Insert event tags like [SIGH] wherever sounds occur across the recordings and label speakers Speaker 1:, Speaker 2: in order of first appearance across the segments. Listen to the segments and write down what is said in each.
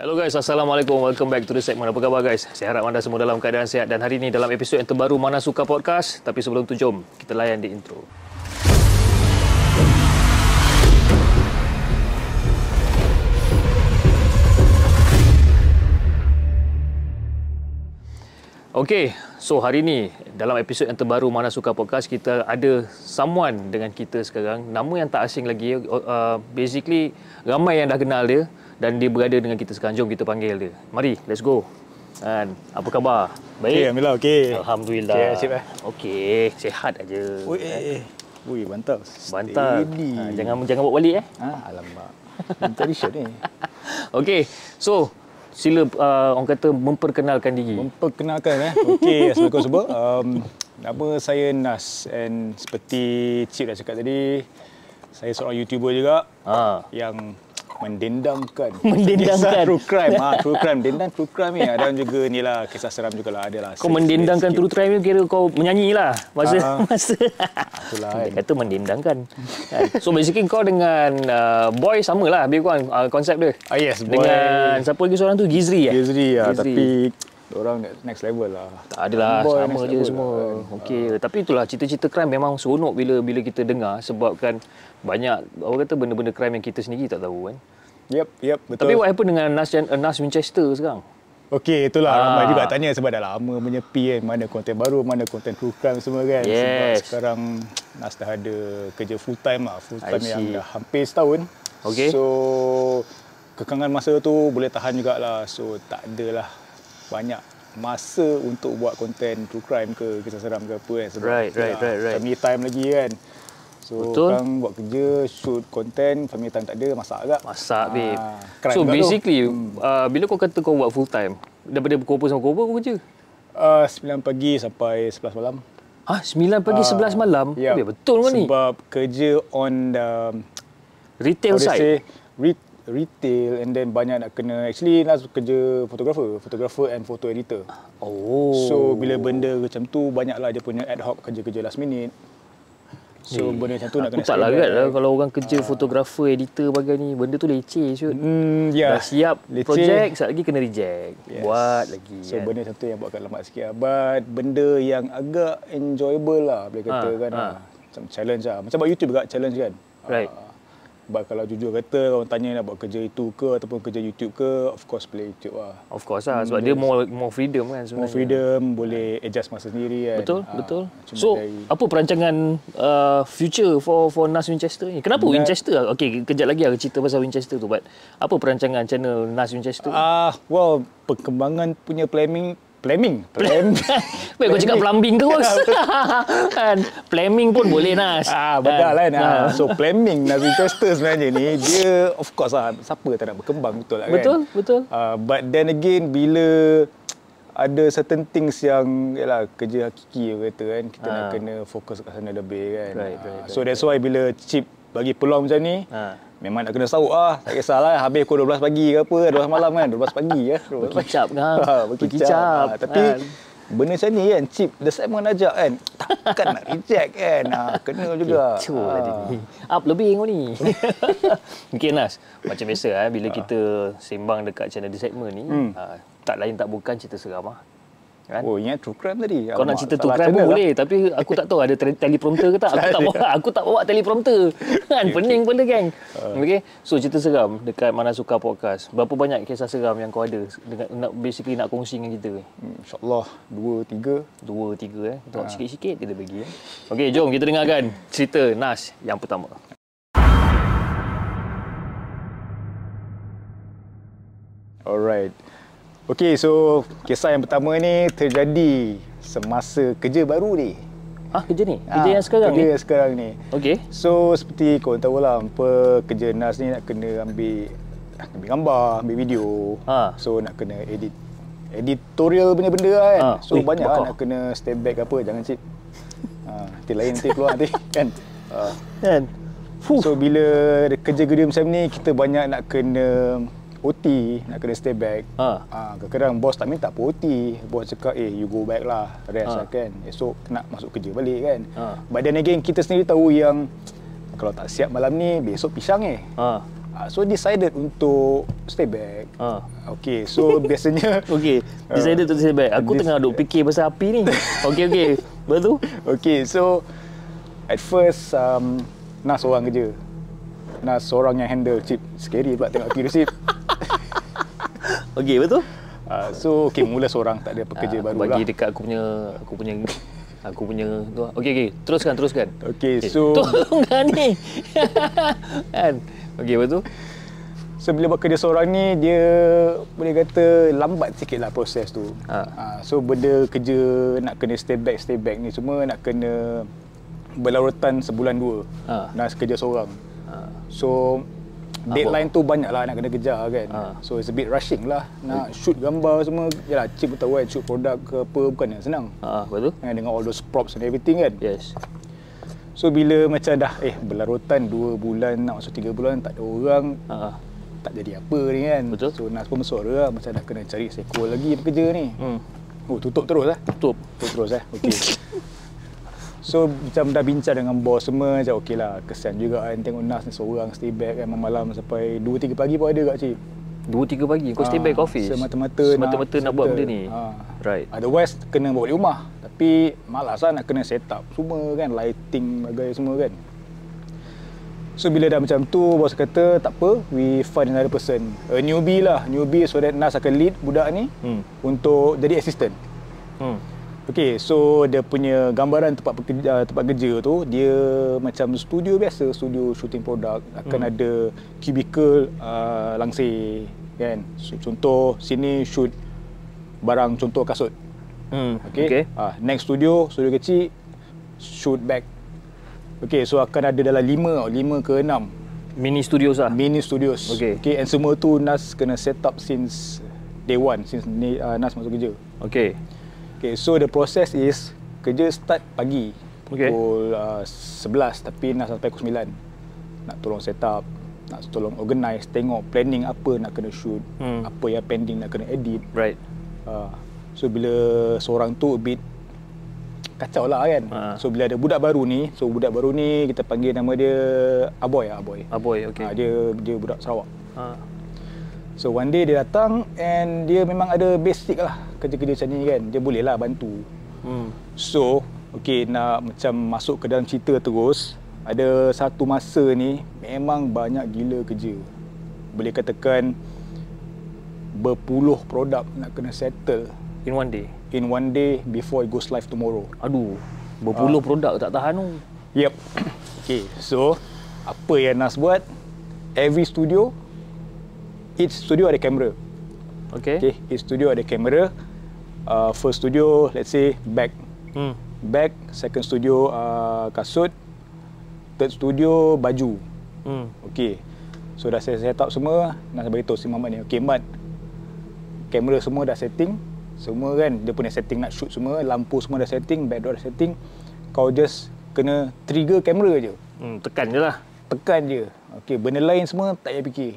Speaker 1: Hello guys, Assalamualaikum. Welcome back to the segment. Apa khabar guys? Saya harap anda semua dalam keadaan sihat dan hari ini dalam episod yang terbaru Mana Suka Podcast. Tapi sebelum tu jom kita layan di intro. Okey, so hari ni dalam episod yang terbaru Mana Suka Podcast kita ada someone dengan kita sekarang. Nama yang tak asing lagi. Uh, basically ramai yang dah kenal dia dan dia berada dengan kita sekarang. Jom kita panggil dia. Mari, let's go. Han, apa khabar?
Speaker 2: Okey,
Speaker 1: Baik.
Speaker 2: Amila, okey.
Speaker 1: Alhamdulillah.
Speaker 2: Okey, asyik, eh?
Speaker 1: Okey, sihat aja.
Speaker 2: Ui, eh, eh. Ui, bantal.
Speaker 1: Bantal.
Speaker 2: Steady.
Speaker 1: Ha, jangan jangan buat balik eh.
Speaker 2: Ah, alamak. Tradition eh. ni.
Speaker 1: Okey. So, sila uh, orang kata memperkenalkan diri.
Speaker 2: Memperkenalkan eh. [LAUGHS] Okey, Assalamualaikum semua. Um, nama saya Nas and seperti Cip dah cakap tadi, saya seorang YouTuber juga
Speaker 1: ha.
Speaker 2: yang [LAUGHS] mendendangkan
Speaker 1: Mendendangkan.
Speaker 2: kisah true crime ah true crime dendang true crime ni ada juga ni lah kisah seram jugalah ada lah
Speaker 1: Kau mendendangkan true crime ni kira kau menyanyi lah masa
Speaker 2: Ah.
Speaker 1: [LAUGHS] masa.
Speaker 2: itulah
Speaker 1: Dia
Speaker 2: kan
Speaker 1: kata mendendangkan. Kan? so basically kau dengan uh, boy sama lah lebih kurang uh, konsep dia.
Speaker 2: ah yes boy
Speaker 1: Dengan siapa lagi seorang tu Gizri eh?
Speaker 2: Gizri lah
Speaker 1: Gizri.
Speaker 2: tapi orang next level lah
Speaker 1: tak adalah
Speaker 2: Boy,
Speaker 1: sama
Speaker 2: next
Speaker 1: je
Speaker 2: level
Speaker 1: semua.
Speaker 2: lah.
Speaker 1: Okey, tapi itulah cerita-cerita crime memang seronok bila bila kita dengar sebabkan banyak orang kata benda-benda crime yang kita sendiri tak tahu kan.
Speaker 2: Yep, yep, betul.
Speaker 1: Tapi what happen dengan Nas Jan- uh, Nas Winchester sekarang?
Speaker 2: Okey, itulah
Speaker 1: Ah.
Speaker 2: ah. ramai juga tanya sebab dah lama menyepi kan. Mana konten baru, mana konten true crime semua kan.
Speaker 1: Yes.
Speaker 2: Sebab sekarang Nas dah ada kerja full time lah. Full
Speaker 1: I
Speaker 2: time
Speaker 1: see.
Speaker 2: yang dah hampir setahun.
Speaker 1: Okey.
Speaker 2: So, kekangan masa tu boleh tahan jugalah. So, tak adalah banyak masa untuk buat konten true crime ke, kisah seram ke apa kan. Sebab
Speaker 1: Right, right,
Speaker 2: yelah,
Speaker 1: right, right.
Speaker 2: Family time lagi kan. So,
Speaker 1: Betul.
Speaker 2: orang buat kerja, shoot konten, family time tak ada, masak agak.
Speaker 1: Masak babe.
Speaker 2: Ah, crime
Speaker 1: so
Speaker 2: juga tu.
Speaker 1: basically uh, bila kau kata kau buat full time daripada pukul berapa sampai pukul berapa kau kerja?
Speaker 2: Uh, 9 pagi sampai 11 malam.
Speaker 1: Ha 9 pagi
Speaker 2: Ah,
Speaker 1: 11 malam.
Speaker 2: ya.
Speaker 1: Babe, betul kau ni?
Speaker 2: Sebab kerja on the
Speaker 1: Retail
Speaker 2: how they say
Speaker 1: side.
Speaker 2: re- retail and then banyak nak kena actually Nas kerja photographer, photographer and photo editor.
Speaker 1: Oh.
Speaker 2: So bila benda macam tu banyaklah dia punya ad hoc kerja-kerja last minute. So
Speaker 1: Eh,
Speaker 2: benda macam tu nak
Speaker 1: Aku
Speaker 2: kena kan.
Speaker 1: tak
Speaker 2: stay
Speaker 1: larat
Speaker 2: back.
Speaker 1: lah kalau orang kerja fotografer, editor bagai ni. Benda tu leceh syut.
Speaker 2: Hmm, ya.
Speaker 1: Dah siap
Speaker 2: Leceh.
Speaker 1: projek, sekejap lagi kena reject. Yes.
Speaker 2: Yes.
Speaker 1: Buat lagi. kan?
Speaker 2: So benda macam tu yang buatkan lambat sikit lah. But benda yang agak enjoyable lah boleh kata
Speaker 1: Ha,
Speaker 2: kan.
Speaker 1: ha.
Speaker 2: Ha. Macam challenge lah. Macam buat YouTube juga challenge kan.
Speaker 1: Right.
Speaker 2: Ah, but kalau jujur kata orang tanya nak buat kerja itu ke ataupun kerja YouTube ke, of course boleh YouTube lah.
Speaker 1: Of course lah. Sebab dia more, more freedom kan sebenarnya.
Speaker 2: More freedom, boleh adjust masa sendiri kan.
Speaker 1: Betul,
Speaker 2: Ah,
Speaker 1: betul.
Speaker 2: cuma
Speaker 1: So,
Speaker 2: dari-
Speaker 1: apa perancangan uh, future for for Nas Winchester ni? Kenapa
Speaker 2: Nas-
Speaker 1: Winchester? Okay, kejap lagi aku cerita pasal Winchester tu. But apa perancangan channel Nas Winchester? [LAUGHS] Uh,
Speaker 2: Ah, well, perkembangan punya planning planning. Plan-
Speaker 1: Baik, kau cakap plumbing ke kau?
Speaker 2: [LAUGHS]
Speaker 1: [LAUGHS] kan? Planning pun boleh Nas.
Speaker 2: Ah, betul kan.
Speaker 1: Ah.
Speaker 2: Ah. So planning Nazi Tester sebenarnya ni dia of course lah siapa tak nak berkembang betul lah kan.
Speaker 1: Betul, betul.
Speaker 2: Uh, but then again bila ada certain things yang yalah kerja hakiki orang kata kan kita nak
Speaker 1: Ah.
Speaker 2: kena fokus kat sana lebih kan.
Speaker 1: Right,
Speaker 2: Ah,
Speaker 1: right,
Speaker 2: so that's why bila chip bagi peluang macam ni
Speaker 1: Ah.
Speaker 2: Memang nak kena sawuk lah. Tak kisahlah habis pukul 12 pagi ke apa, 12 malam kan, 12 pagi ya.
Speaker 1: Berkicap kan?
Speaker 2: Berkicap.
Speaker 1: Berkicap.
Speaker 2: Ah, tapi
Speaker 1: Ah.
Speaker 2: Benda macam ni kan, chip the side pun ajak kan. Takkan nak reject kan. Ha, kena juga. Ha.
Speaker 1: Kecoh lah dia ni. Up lebih kau ni.
Speaker 2: [LAUGHS]
Speaker 1: okay Nas, macam biasa eh,
Speaker 2: Ah.
Speaker 1: bila kita sembang dekat channel The Segment ni, hmm. tak lain tak bukan cerita seram lah. Kan?
Speaker 2: Oh, ingat true crime tadi.
Speaker 1: Kau nak
Speaker 2: Alamak,
Speaker 1: cerita tu
Speaker 2: salah lah.
Speaker 1: crime pun
Speaker 2: channel
Speaker 1: boleh tapi aku tak tahu ada tele- teleprompter ke tak. Aku
Speaker 2: [LAUGHS]
Speaker 1: tak bawa aku tak bawa teleprompter. Kan pening benda geng.
Speaker 2: Uh.
Speaker 1: Okey. So cerita seram dekat Mana Suka Podcast. Berapa banyak kisah seram yang kau ada dengan nak basically nak kongsi dengan kita ni?
Speaker 2: Hmm, InsyaAllah, dua, tiga.
Speaker 1: Dua, tiga eh.
Speaker 2: Uh.
Speaker 1: Tengok sikit-sikit kita bagi eh. Okey, jom kita dengarkan cerita Nas yang pertama.
Speaker 2: Alright. Okay, so kisah yang pertama ni terjadi semasa kerja baru ni.
Speaker 1: Ah kerja ni? Kerja
Speaker 2: Ah,
Speaker 1: yang sekarang
Speaker 2: kerja
Speaker 1: ni?
Speaker 2: yang sekarang ni.
Speaker 1: Okey.
Speaker 2: So, seperti kau tahu lah, apa kerja NAS ni nak kena ambil ambil gambar, ambil video.
Speaker 1: Ha.
Speaker 2: So, nak kena edit editorial benda-benda lah kan.
Speaker 1: Ha.
Speaker 2: So,
Speaker 1: Ui,
Speaker 2: banyak lah
Speaker 1: bakar.
Speaker 2: nak kena step back apa, jangan cip. Ha, nanti lain nanti keluar
Speaker 1: [LAUGHS]
Speaker 2: nanti kan. Ha.
Speaker 1: Kan? Fuh.
Speaker 2: So bila kerja-kerja macam ni kita banyak nak kena OT, nak kena stay back.
Speaker 1: Ha.
Speaker 2: Ah, kadang-kadang bos tak minta pun OT. Bos cakap, eh you go back lah, rest
Speaker 1: Ha.
Speaker 2: lah kan. Esok nak masuk kerja balik kan.
Speaker 1: Ha.
Speaker 2: But then again, kita sendiri tahu yang kalau tak siap malam ni, besok pisang eh.
Speaker 1: Ha.
Speaker 2: Ah, So decided untuk stay back.
Speaker 1: Ha.
Speaker 2: Okay, so [LAUGHS] biasanya
Speaker 1: Okey, decided untuk stay back. Aku
Speaker 2: Uh. This-
Speaker 1: tengah duk fikir pasal api
Speaker 2: [LAUGHS]
Speaker 1: ni. Okey okey. Lepas tu
Speaker 2: Okay, so at first um, Nas seorang kerja. Nas seorang yang handle chip. Scary pula tengok kira chip.
Speaker 1: okey betul?
Speaker 2: Uh, so okay, mula seorang tak ada pekerja
Speaker 1: Ah,
Speaker 2: baru
Speaker 1: bagi
Speaker 2: lah.
Speaker 1: dekat aku punya aku punya aku punya tu. lah. Okey okey, teruskan teruskan.
Speaker 2: Okay,
Speaker 1: Okey.
Speaker 2: so
Speaker 1: Tolong dah ni. [LAUGHS] kan. Okey betul?
Speaker 2: So bila bekerja seorang ni dia boleh kata lambat sikit lah proses tu.
Speaker 1: Ha.
Speaker 2: Ha. so benda kerja nak kena stay back stay back ni semua nak kena berlarutan sebulan dua.
Speaker 1: Ha.
Speaker 2: Ha. Nak kerja seorang.
Speaker 1: Ha.
Speaker 2: So deadline tu banyak lah nak kena kejar kan.
Speaker 1: Ha.
Speaker 2: So it's a bit rushing lah. Nak shoot gambar semua. Yalah chip pun tahu kan shoot produk ke apa bukan yang senang.
Speaker 1: Ha, betul?
Speaker 2: Ha, Dengan all those props and everything kan.
Speaker 1: Yes.
Speaker 2: So bila macam dah eh berlarutan 2 bulan nak masuk 3 bulan tak ada orang
Speaker 1: Ha.
Speaker 2: tak jadi apa ni kan
Speaker 1: Betul.
Speaker 2: so Nas pun bersuara lah macam nak kena cari sequel lagi pekerja ni
Speaker 1: Hmm.
Speaker 2: oh tutup terus lah
Speaker 1: Tutup.
Speaker 2: tutup terus lah okey so macam dah bincang dengan bos semua macam okey lah kesian juga kan tengok Nas ni seorang stay back kan malam sampai 2-3 pagi pun ada kat cik
Speaker 1: 2 3 pagi kau stay
Speaker 2: Ah,
Speaker 1: back office.
Speaker 2: semata-mata nak-
Speaker 1: semata-mata nak, buat
Speaker 2: settle.
Speaker 1: benda ni.
Speaker 2: Ha.
Speaker 1: Right.
Speaker 2: otherwise kena bawa balik rumah tapi malas lah nak kena set up semua kan lighting bagai semua kan So bila dah macam tu bos kata tak apa we find another person a newbie lah newbie so that Nas akan lead budak ni
Speaker 1: Hmm.
Speaker 2: untuk jadi assistant.
Speaker 1: Hmm.
Speaker 2: Okay, so dia punya gambaran tempat pekerja, tempat kerja tu dia macam studio biasa, studio shooting produk akan ada cubicle uh, langsir kan. So, contoh sini shoot barang contoh kasut.
Speaker 1: Hmm.
Speaker 2: Okay. okay. Uh, next studio, studio kecil shoot back. Okay, so akan ada dalam 5, 5 ke 6
Speaker 1: Mini studios lah.
Speaker 2: mini studios.
Speaker 1: Okay.
Speaker 2: okay, and semua tu Nas kena set up since day one, since ni- uh, Nas masuk kerja.
Speaker 1: Okey.
Speaker 2: Okay, so the process is kerja start pagi
Speaker 1: Okay.
Speaker 2: pukul uh, 11 tapi nak sampai pukul 9. Nak tolong set up, nak tolong organize, tengok planning apa nak kena shoot,
Speaker 1: Hmm.
Speaker 2: apa yang pending nak kena edit.
Speaker 1: Right.
Speaker 2: Uh, so bila seorang tu a bit kacau lah kan.
Speaker 1: Ha.
Speaker 2: So bila ada budak baru ni, so budak baru ni kita panggil nama dia Aboy lah Aboy.
Speaker 1: Aboy,
Speaker 2: Okay.
Speaker 1: Ah, okey.
Speaker 2: dia dia budak Sarawak.
Speaker 1: Ha.
Speaker 2: So one day dia datang and dia memang ada basic lah kerja-kerja macam ni kan. Dia boleh lah bantu.
Speaker 1: Hmm.
Speaker 2: So, okay nak macam masuk ke dalam cerita terus, ada satu masa ni memang banyak gila kerja. Boleh katakan berpuluh produk nak kena settle
Speaker 1: In one day.
Speaker 2: in one day before it goes live tomorrow.
Speaker 1: Aduh, berpuluh
Speaker 2: Ah.
Speaker 1: produk tak tahan tu.
Speaker 2: Yep. [COUGHS] Okay, so apa yang Nas buat? Every studio, each studio ada kamera.
Speaker 1: Okey.
Speaker 2: Okay, each studio ada kamera. Uh, first studio, let's say back
Speaker 1: Hmm.
Speaker 2: bag, second studio uh, kasut, third studio baju.
Speaker 1: Hmm.
Speaker 2: Okey. So dah saya set up semua, nak beritahu si Mamat ni. Okey, Mat. Kamera semua dah setting. Semua kan dia punya setting nak shoot semua, lampu semua dah setting, backdrop dah setting. Kau just kena trigger kamera je.
Speaker 1: Hmm, tekan je lah.
Speaker 2: Tekan je. Okey, benda lain semua tak payah fikir.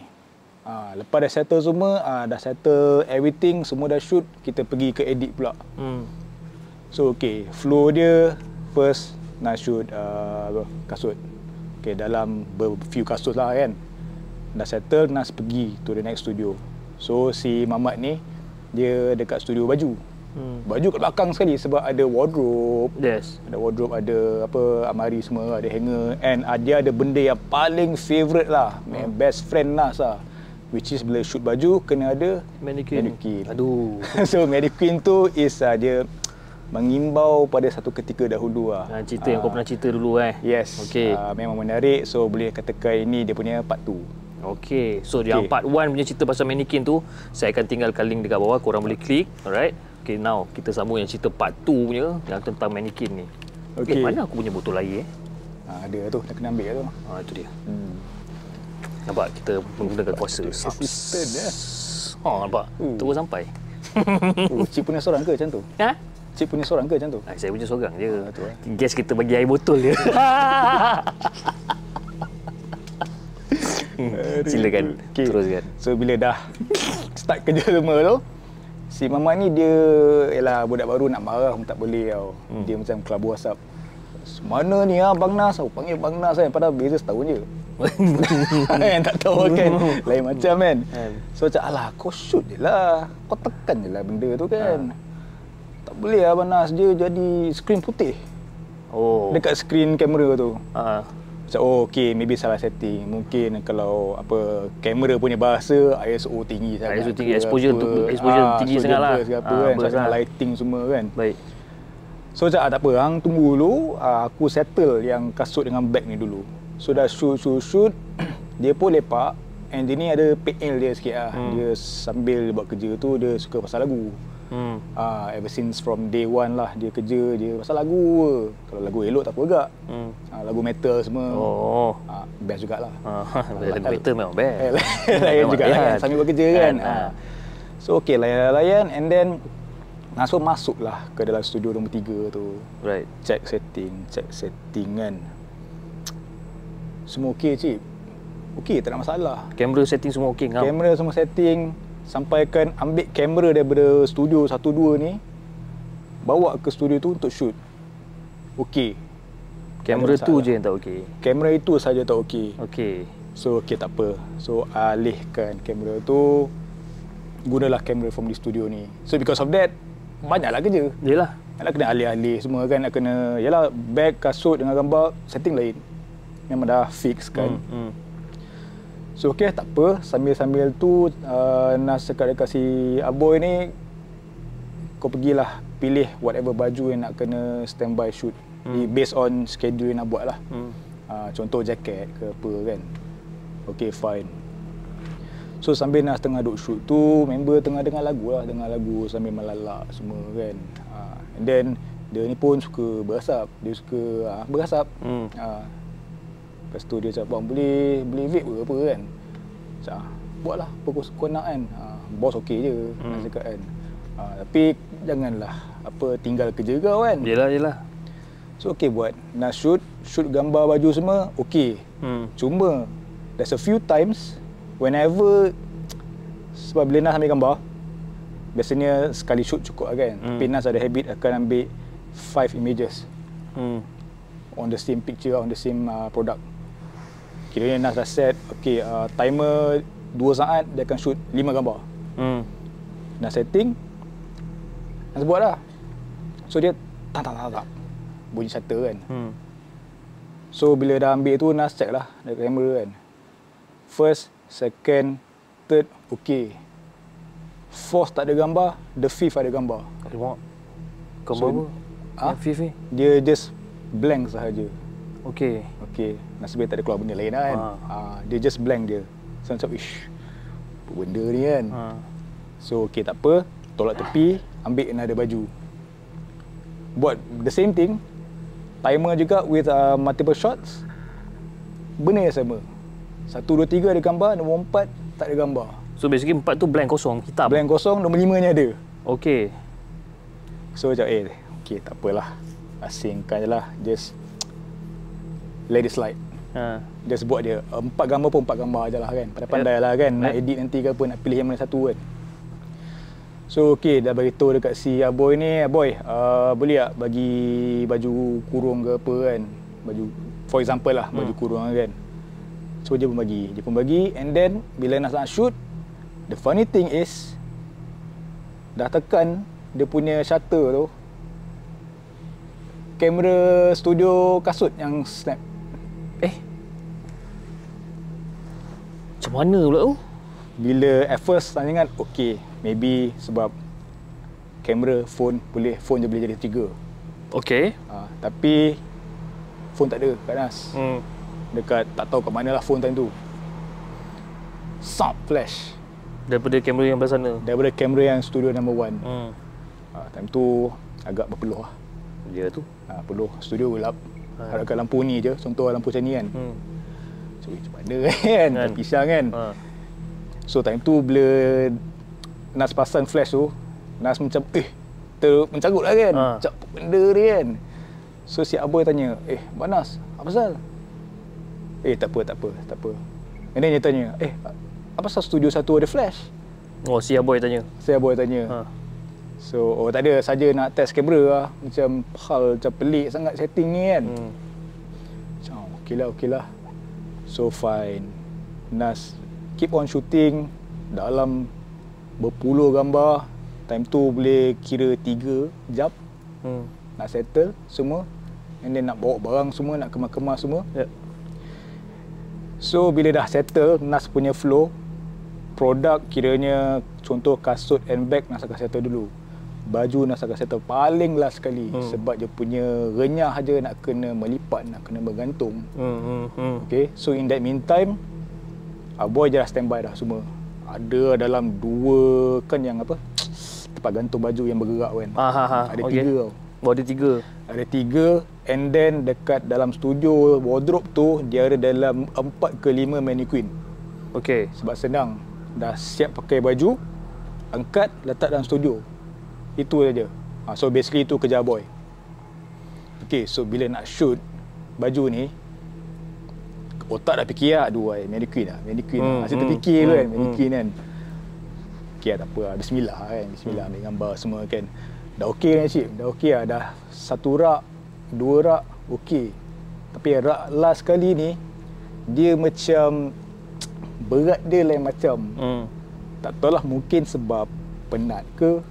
Speaker 2: Ha, lepas dah settle semua, ha, dah settle everything, semua dah shoot, kita pergi ke edit pula.
Speaker 1: Hmm.
Speaker 2: So okay, flow dia first nak shoot uh, apa, kasut. Okay, dalam ber- few kasut lah kan. Dah settle, Nas pergi to the next studio. So si Mamat ni, dia dekat studio baju.
Speaker 1: Hmm.
Speaker 2: Baju kat belakang sekali sebab ada wardrobe.
Speaker 1: Yes.
Speaker 2: Ada wardrobe, ada apa amari semua, ada hanger. And uh, dia ada benda yang paling favourite lah. Hmm. Best friend Nas lah. Which is bila shoot baju, kena ada
Speaker 1: Mannequin.
Speaker 2: Mannequin.
Speaker 1: Aduh.
Speaker 2: [LAUGHS] so Mary Queen tu is uh, dia mengimbau pada satu ketika dahulu lah.
Speaker 1: Ha, cerita yang kau pernah cerita dulu eh.
Speaker 2: Yes.
Speaker 1: Okey.
Speaker 2: Uh, memang menarik. So boleh katakan ini dia punya part tu.
Speaker 1: Okey. So yang
Speaker 2: Okey.
Speaker 1: part 1 punya cerita pasal mannequin tu, saya akan tinggalkan link dekat bawah, korang boleh klik. Alright. Okay, now kita sambung yang cerita part 2 punya yang tentang mannequin ni. Eh,
Speaker 2: Okey.
Speaker 1: mana aku punya botol air eh?
Speaker 2: Ha, ada tu nak kena ambil tu.
Speaker 1: Ha, itu dia.
Speaker 2: Hmm.
Speaker 1: Nampak kita menggunakan kuasa.
Speaker 2: Assistant eh.
Speaker 1: Ha, nampak.
Speaker 2: Hmm.
Speaker 1: Terus sampai.
Speaker 2: Oh, cip punya seorang ke macam tu?
Speaker 1: Ha?
Speaker 2: Cip punya seorang ke macam tu?
Speaker 1: Ah, saya punya seorang je.
Speaker 2: Ah, tu, eh.
Speaker 1: Gas kita bagi air botol
Speaker 2: [LAUGHS]
Speaker 1: je. Hmm, Silakan
Speaker 2: Okey.
Speaker 1: teruskan.
Speaker 2: So bila dah start kerja semua tu, si Mamat ni dia ialah budak baru nak marah pun tak boleh tau. Hmm. Dia macam kelabu asap. Mana ni ah Bang Nas? Aku panggil Bang Nas kan padahal beza setahun je. kan tak tahu kan lain macam kan
Speaker 1: Kan.
Speaker 2: so macam alah kau shoot je lah kau tekan je lah benda tu kan tak boleh lah Banas dia jadi skrin putih
Speaker 1: Oh.
Speaker 2: dekat skrin kamera tu
Speaker 1: Ah.
Speaker 2: macam oh okay maybe salah setting mungkin kalau apa kamera punya bahasa ISO tinggi sangat
Speaker 1: ISO tinggi,
Speaker 2: ke
Speaker 1: exposure
Speaker 2: apa.
Speaker 1: tu- exposure tinggi
Speaker 2: exposure
Speaker 1: sangat lah.
Speaker 2: burst ke apa
Speaker 1: Ah,
Speaker 2: kan
Speaker 1: burst
Speaker 2: sangat
Speaker 1: lah.
Speaker 2: lighting semua kan
Speaker 1: Baik.
Speaker 2: So macam ah, tak apa, hang tunggu dulu, ah, aku settle yang kasut dengan bag ni dulu. So dah shoot shoot shoot, [CLEARS THROAT] dia pun lepak and dia ni ada PL dia sikit lah. Hmm. Dia sambil buat kerja tu dia suka pasal lagu.
Speaker 1: Hmm.
Speaker 2: Ah, ever since from day one lah dia kerja dia pasal lagu je. Kalau lagu elok tak apa agak.
Speaker 1: Hmm.
Speaker 2: Ah, lagu metal semua.
Speaker 1: Oh.
Speaker 2: Ah, best jugalah.
Speaker 1: Ah, [LAUGHS] lagu better memang
Speaker 2: Eh,
Speaker 1: best.
Speaker 2: [LAUGHS] layan juga lah kan
Speaker 1: Layan.
Speaker 2: sambil bekerja kan.
Speaker 1: Kan, ah.
Speaker 2: Ha. So okay layan-layan and then langsung masuklah ke dalam studio nombor tiga tu.
Speaker 1: Right.
Speaker 2: Check setting, check setting kan. Semua okey cip. Okey tak ada masalah.
Speaker 1: Kamera setting semua okey ngam.
Speaker 2: Kamera semua setting sampaikan ambil kamera daripada studio 1 2 ni bawa ke studio tu untuk shoot. Okey.
Speaker 1: Kamera
Speaker 2: tak ada
Speaker 1: tu
Speaker 2: masalah.
Speaker 1: je yang tak okey.
Speaker 2: Kamera itu saja tak okey.
Speaker 1: Okey.
Speaker 2: So okey tak apa. So alihkan kamera tu gunalah kamera from the studio ni. So because of that banyaklah kerja.
Speaker 1: Yelah.
Speaker 2: Nak kena alih-alih semua kan nak kena yalah bag kasut dengan gambar setting lain. Memang dah fix kan.
Speaker 1: Hmm.
Speaker 2: Hmm. So okey tak apa sambil-sambil tu uh, Nas cakap dekat si Aboy ni kau pergilah pilih whatever baju yang nak kena standby shoot hmm. based on schedule yang nak buat lah.
Speaker 1: Hmm.
Speaker 2: Uh, contoh jaket ke apa kan. Okay fine. So sambil Nas tengah duk shoot tu member tengah dengar lagu lah, dengar lagu sambil melalak semua kan. Uh, and then dia ni pun suka berasap, dia suka uh, berasap.
Speaker 1: Hmm.
Speaker 2: Uh, lepas tu dia cakap bang boleh boleh vape ke apa kan. Cakap ah, buatlah fokus kau nak kan. Uh, bos okey je hmm. Nas cakap kan. Uh, tapi janganlah apa tinggal kerja kau kan.
Speaker 1: Yelah, yelah.
Speaker 2: So okey buat. Nak shoot, shoot gambar baju semua, okey.
Speaker 1: Hmm.
Speaker 2: Cuma there's a few times whenever sebab bila Nas ambil gambar biasanya sekali shoot cukup lah kan.
Speaker 1: Hmm.
Speaker 2: Hmm. Tapi Nas ada habit akan ambil five images
Speaker 1: Hmm.
Speaker 2: on the same picture on the same uh, product. Kiranya Nas dah set okay uh, timer 2 saat dia akan shoot 5 gambar.
Speaker 1: Hmm.
Speaker 2: Dah setting Nas buat lah. So dia tak tak tak tak bunyi shutter kan.
Speaker 1: Hmm.
Speaker 2: So bila dah ambil tu Nas check lah dari kamera kan. First, second, third, okay. Fourth tak ada gambar, the fifth ada gambar.
Speaker 1: Alamak. Kau
Speaker 2: So,
Speaker 1: bawa?
Speaker 2: ah?
Speaker 1: Yang Fifth ni?
Speaker 2: Dia just blank sahaja.
Speaker 1: Okey.
Speaker 2: Okay, nasib baik tak ada keluar benda lain lah kan.
Speaker 1: Ah.
Speaker 2: Ha. dia just blank dia. So macam, ish, apa benda ni kan.
Speaker 1: Ha.
Speaker 2: So okay tak apa, tolak tepi, ambil another baju. Buat the same thing, timer juga with uh, multiple shots. Benda yang sama. Satu, dua, tiga ada gambar, nombor empat tak ada gambar.
Speaker 1: So basically empat tu blank kosong, hitam.
Speaker 2: Blank kosong, nombor lima ni ada.
Speaker 1: Okey.
Speaker 2: So macam eh, okay tak apalah. Asingkan je lah, just let it slide.
Speaker 1: Ha.
Speaker 2: Just buat dia. eh, Empat gambar pun empat gambar je lah kan. Pandai-pandai lah kan. Nak edit nanti ke apa, nak pilih yang mana satu kan. So okay, dah bagi tahu dekat si Aboy ni, Aboy, uh, boleh tak bagi baju kurung ke apa kan? Baju, for example lah, baju kurung kan. So dia pun bagi, dia pun bagi and then bila Nas nak shoot, the funny thing is, dah tekan dia punya shutter tu, kamera studio kasut yang snap.
Speaker 1: Eh. Macam mana pula tu?
Speaker 2: Bila at first tanya kan Okay Maybe sebab Kamera, phone boleh Phone je boleh jadi tiga
Speaker 1: Okey.
Speaker 2: ha, Tapi Phone tak ada kat Nas
Speaker 1: Hmm.
Speaker 2: Dekat tak tahu kat mana lah phone time tu Sound flash
Speaker 1: Daripada kamera yang belah sana.
Speaker 2: Daripada kamera yang studio number one
Speaker 1: Hmm.
Speaker 2: ha, Time tu agak berpeluh lah
Speaker 1: Ya tu.
Speaker 2: ha, Peluh studio gelap Harapkan lampu ni je Contoh lampu macam ni kan
Speaker 1: Hmm.
Speaker 2: So macam mana [LAUGHS] kan
Speaker 1: Kan.
Speaker 2: Tak pisang kan
Speaker 1: Ha.
Speaker 2: So time tu bila Nas pasang flash tu Nas macam eh ter mencagut lah kan
Speaker 1: Ha.
Speaker 2: ha. Macam apa benda ni kan So si Aboy tanya Eh Abang Nas apa pasal? Eh tak apa tak apa tak apa And then dia tanya Eh apa pasal studio satu ada flash?
Speaker 1: Oh, si Aboy tanya.
Speaker 2: Saya Aboy tanya
Speaker 1: Ha.
Speaker 2: So oh tak ada saja nak test kamera lah Macam hal macam pelik sangat setting ni kan
Speaker 1: Hmm.
Speaker 2: Macam okey lah okey lah So fine. Nas keep on shooting dalam berpuluh gambar. Time tu boleh kira 3 jap
Speaker 3: Hmm.
Speaker 2: nak settle semua and then nak bawa barang semua nak kemas-kemas semua
Speaker 3: Yep.
Speaker 2: so bila dah settle Nas punya flow produk kiranya contoh kasut and bag Nas akan settle dulu baju Nas akan settle paling last sekali hmm. sebab dia punya renyah je nak kena melipat nak kena bergantung
Speaker 3: Hmm, hmm, hmm.
Speaker 2: Okay, so in that meantime, Aboy je dah standby dah semua. Ada dalam dua kan yang apa? Tempat gantung baju yang bergerak kan.
Speaker 3: Ah, ah, ah.
Speaker 2: Ada
Speaker 3: Okey.
Speaker 2: tiga tau.
Speaker 3: Oh, ada tiga.
Speaker 2: Ada tiga and then dekat dalam studio wardrobe tu dia ada dalam empat ke lima mannequin.
Speaker 3: Okey.
Speaker 2: Sebab senang. Dah siap pakai baju, angkat, letak dalam studio. Itu saja. Ha, so basically itu kerja boy. Okay, so bila nak shoot baju ni, otak dah fikir lah, aduh ay, mannequin lah, mannequin
Speaker 3: Hmm,
Speaker 2: lah. Asyik
Speaker 3: hmm,
Speaker 2: terfikir tu
Speaker 3: hmm,
Speaker 2: kan, mannequin kan. Okay lah, tak apa lah, bismillah kan, bismillah
Speaker 3: Hmm.
Speaker 2: ambil gambar semua kan. Dah okey kan Cip, dah okey lah, dah satu rak, dua rak, okey. Tapi rak last kali ni, dia macam berat dia lain macam
Speaker 3: Hmm.
Speaker 2: tak tahulah mungkin sebab penat ke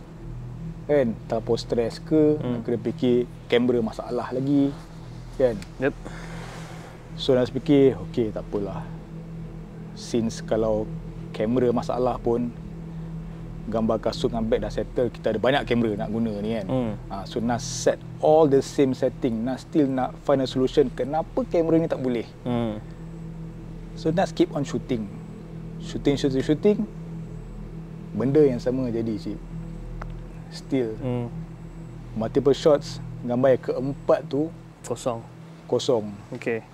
Speaker 2: kan terlalu stres ke hmm. nak kena fikir kamera masalah lagi kan
Speaker 3: Yep.
Speaker 2: so nak fikir okey tak apalah since kalau kamera masalah pun gambar kasut dengan bag dah settle kita ada banyak kamera nak guna ni kan
Speaker 3: Hmm.
Speaker 2: ha, so nak set all the same setting nak still nak find a solution kenapa kamera ni tak boleh
Speaker 3: Hmm.
Speaker 2: So Nas keep on shooting Shooting, shooting, shooting Benda yang sama jadi cip Still
Speaker 3: Hmm.
Speaker 2: Multiple shots Gambar yang keempat tu
Speaker 3: Kosong.
Speaker 2: Kosong
Speaker 3: Okey.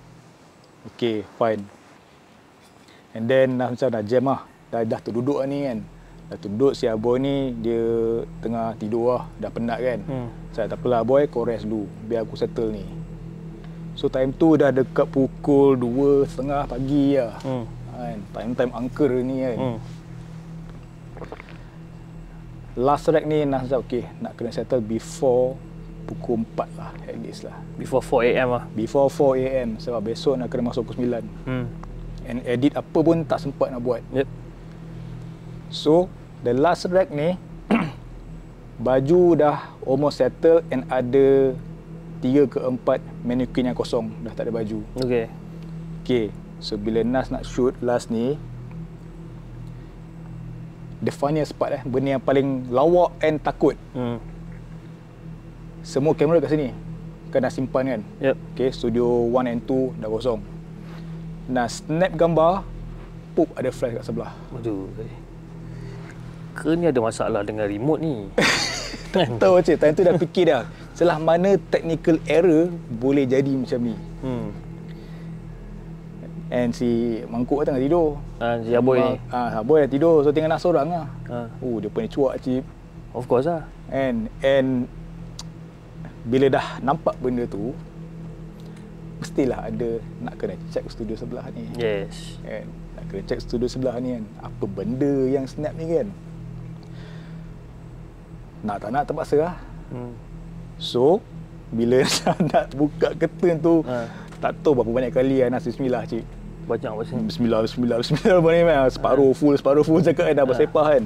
Speaker 2: Okay, fine And then Nas macam dah jam lah Dah, dah terduduk lah ni kan Dah terduduk si Aboy ni Dia tengah tidur lah Dah penat kan
Speaker 3: Hmm.
Speaker 2: Saya tak apalah Aboy kau rest dulu Biar aku settle ni So time tu dah dekat pukul 2.30 pagi lah
Speaker 3: Hmm.
Speaker 2: kan time-time angker ni kan
Speaker 3: Hmm.
Speaker 2: last track ni Nas dah okey nak kena settle before pukul 4 lah at least lah
Speaker 3: Before 4 am lah.
Speaker 2: before 4 am sebab besok nak kena masuk pukul 9
Speaker 3: Hmm.
Speaker 2: and edit apa pun tak sempat nak buat
Speaker 3: Yep.
Speaker 2: so the last track ni [CLEARS THROAT] baju dah almost settle and ada 3 ke 4 mannequin yang kosong dah tak ada baju
Speaker 3: Okey.
Speaker 2: Okay, so bila Nas nak shoot last ni The funniest part eh, benda yang paling lawak and takut
Speaker 3: Hmm.
Speaker 2: Semua kamera kat sini Kan dah simpan kan
Speaker 3: Yep.
Speaker 2: Okay, studio 1 and 2 dah kosong Nas snap gambar Pup ada flash kat sebelah
Speaker 1: Aduh.
Speaker 3: eh.
Speaker 1: Ke ni ada masalah dengan remote
Speaker 3: [LAUGHS]
Speaker 1: ni. kan?
Speaker 2: Tahu cik, time tu dah fikir dah Selah mana technical error boleh jadi macam ni
Speaker 3: Hmm.
Speaker 2: And si Mangkuk tengah tidur
Speaker 1: Ha, si Aboy ni.
Speaker 2: Ah, Boy dah tidur, so tinggal Nas seorang lah
Speaker 1: Ha,
Speaker 2: Oh, dia punya cuak cip
Speaker 1: of course lah.
Speaker 2: And and bila dah nampak benda tu mestilah ada nak kena check studio sebelah ni.
Speaker 1: Yes.
Speaker 2: Kan? Nak kena check studio sebelah ni kan. Apa benda yang snap ni kan? Nak tak nak terpaksa lah.
Speaker 3: Hmm.
Speaker 2: So, bila [LAUGHS] nak, nak buka curtain tu,
Speaker 3: Ha.
Speaker 2: tak tahu berapa banyak kali lah Nas Bismillah cik.
Speaker 3: Banyak macam ni.
Speaker 1: Hmm.
Speaker 2: Bismillah, Bismillah, Bismillah apa ni kan. Separuh full, separuh full cakap kan. Dah bersepah kan.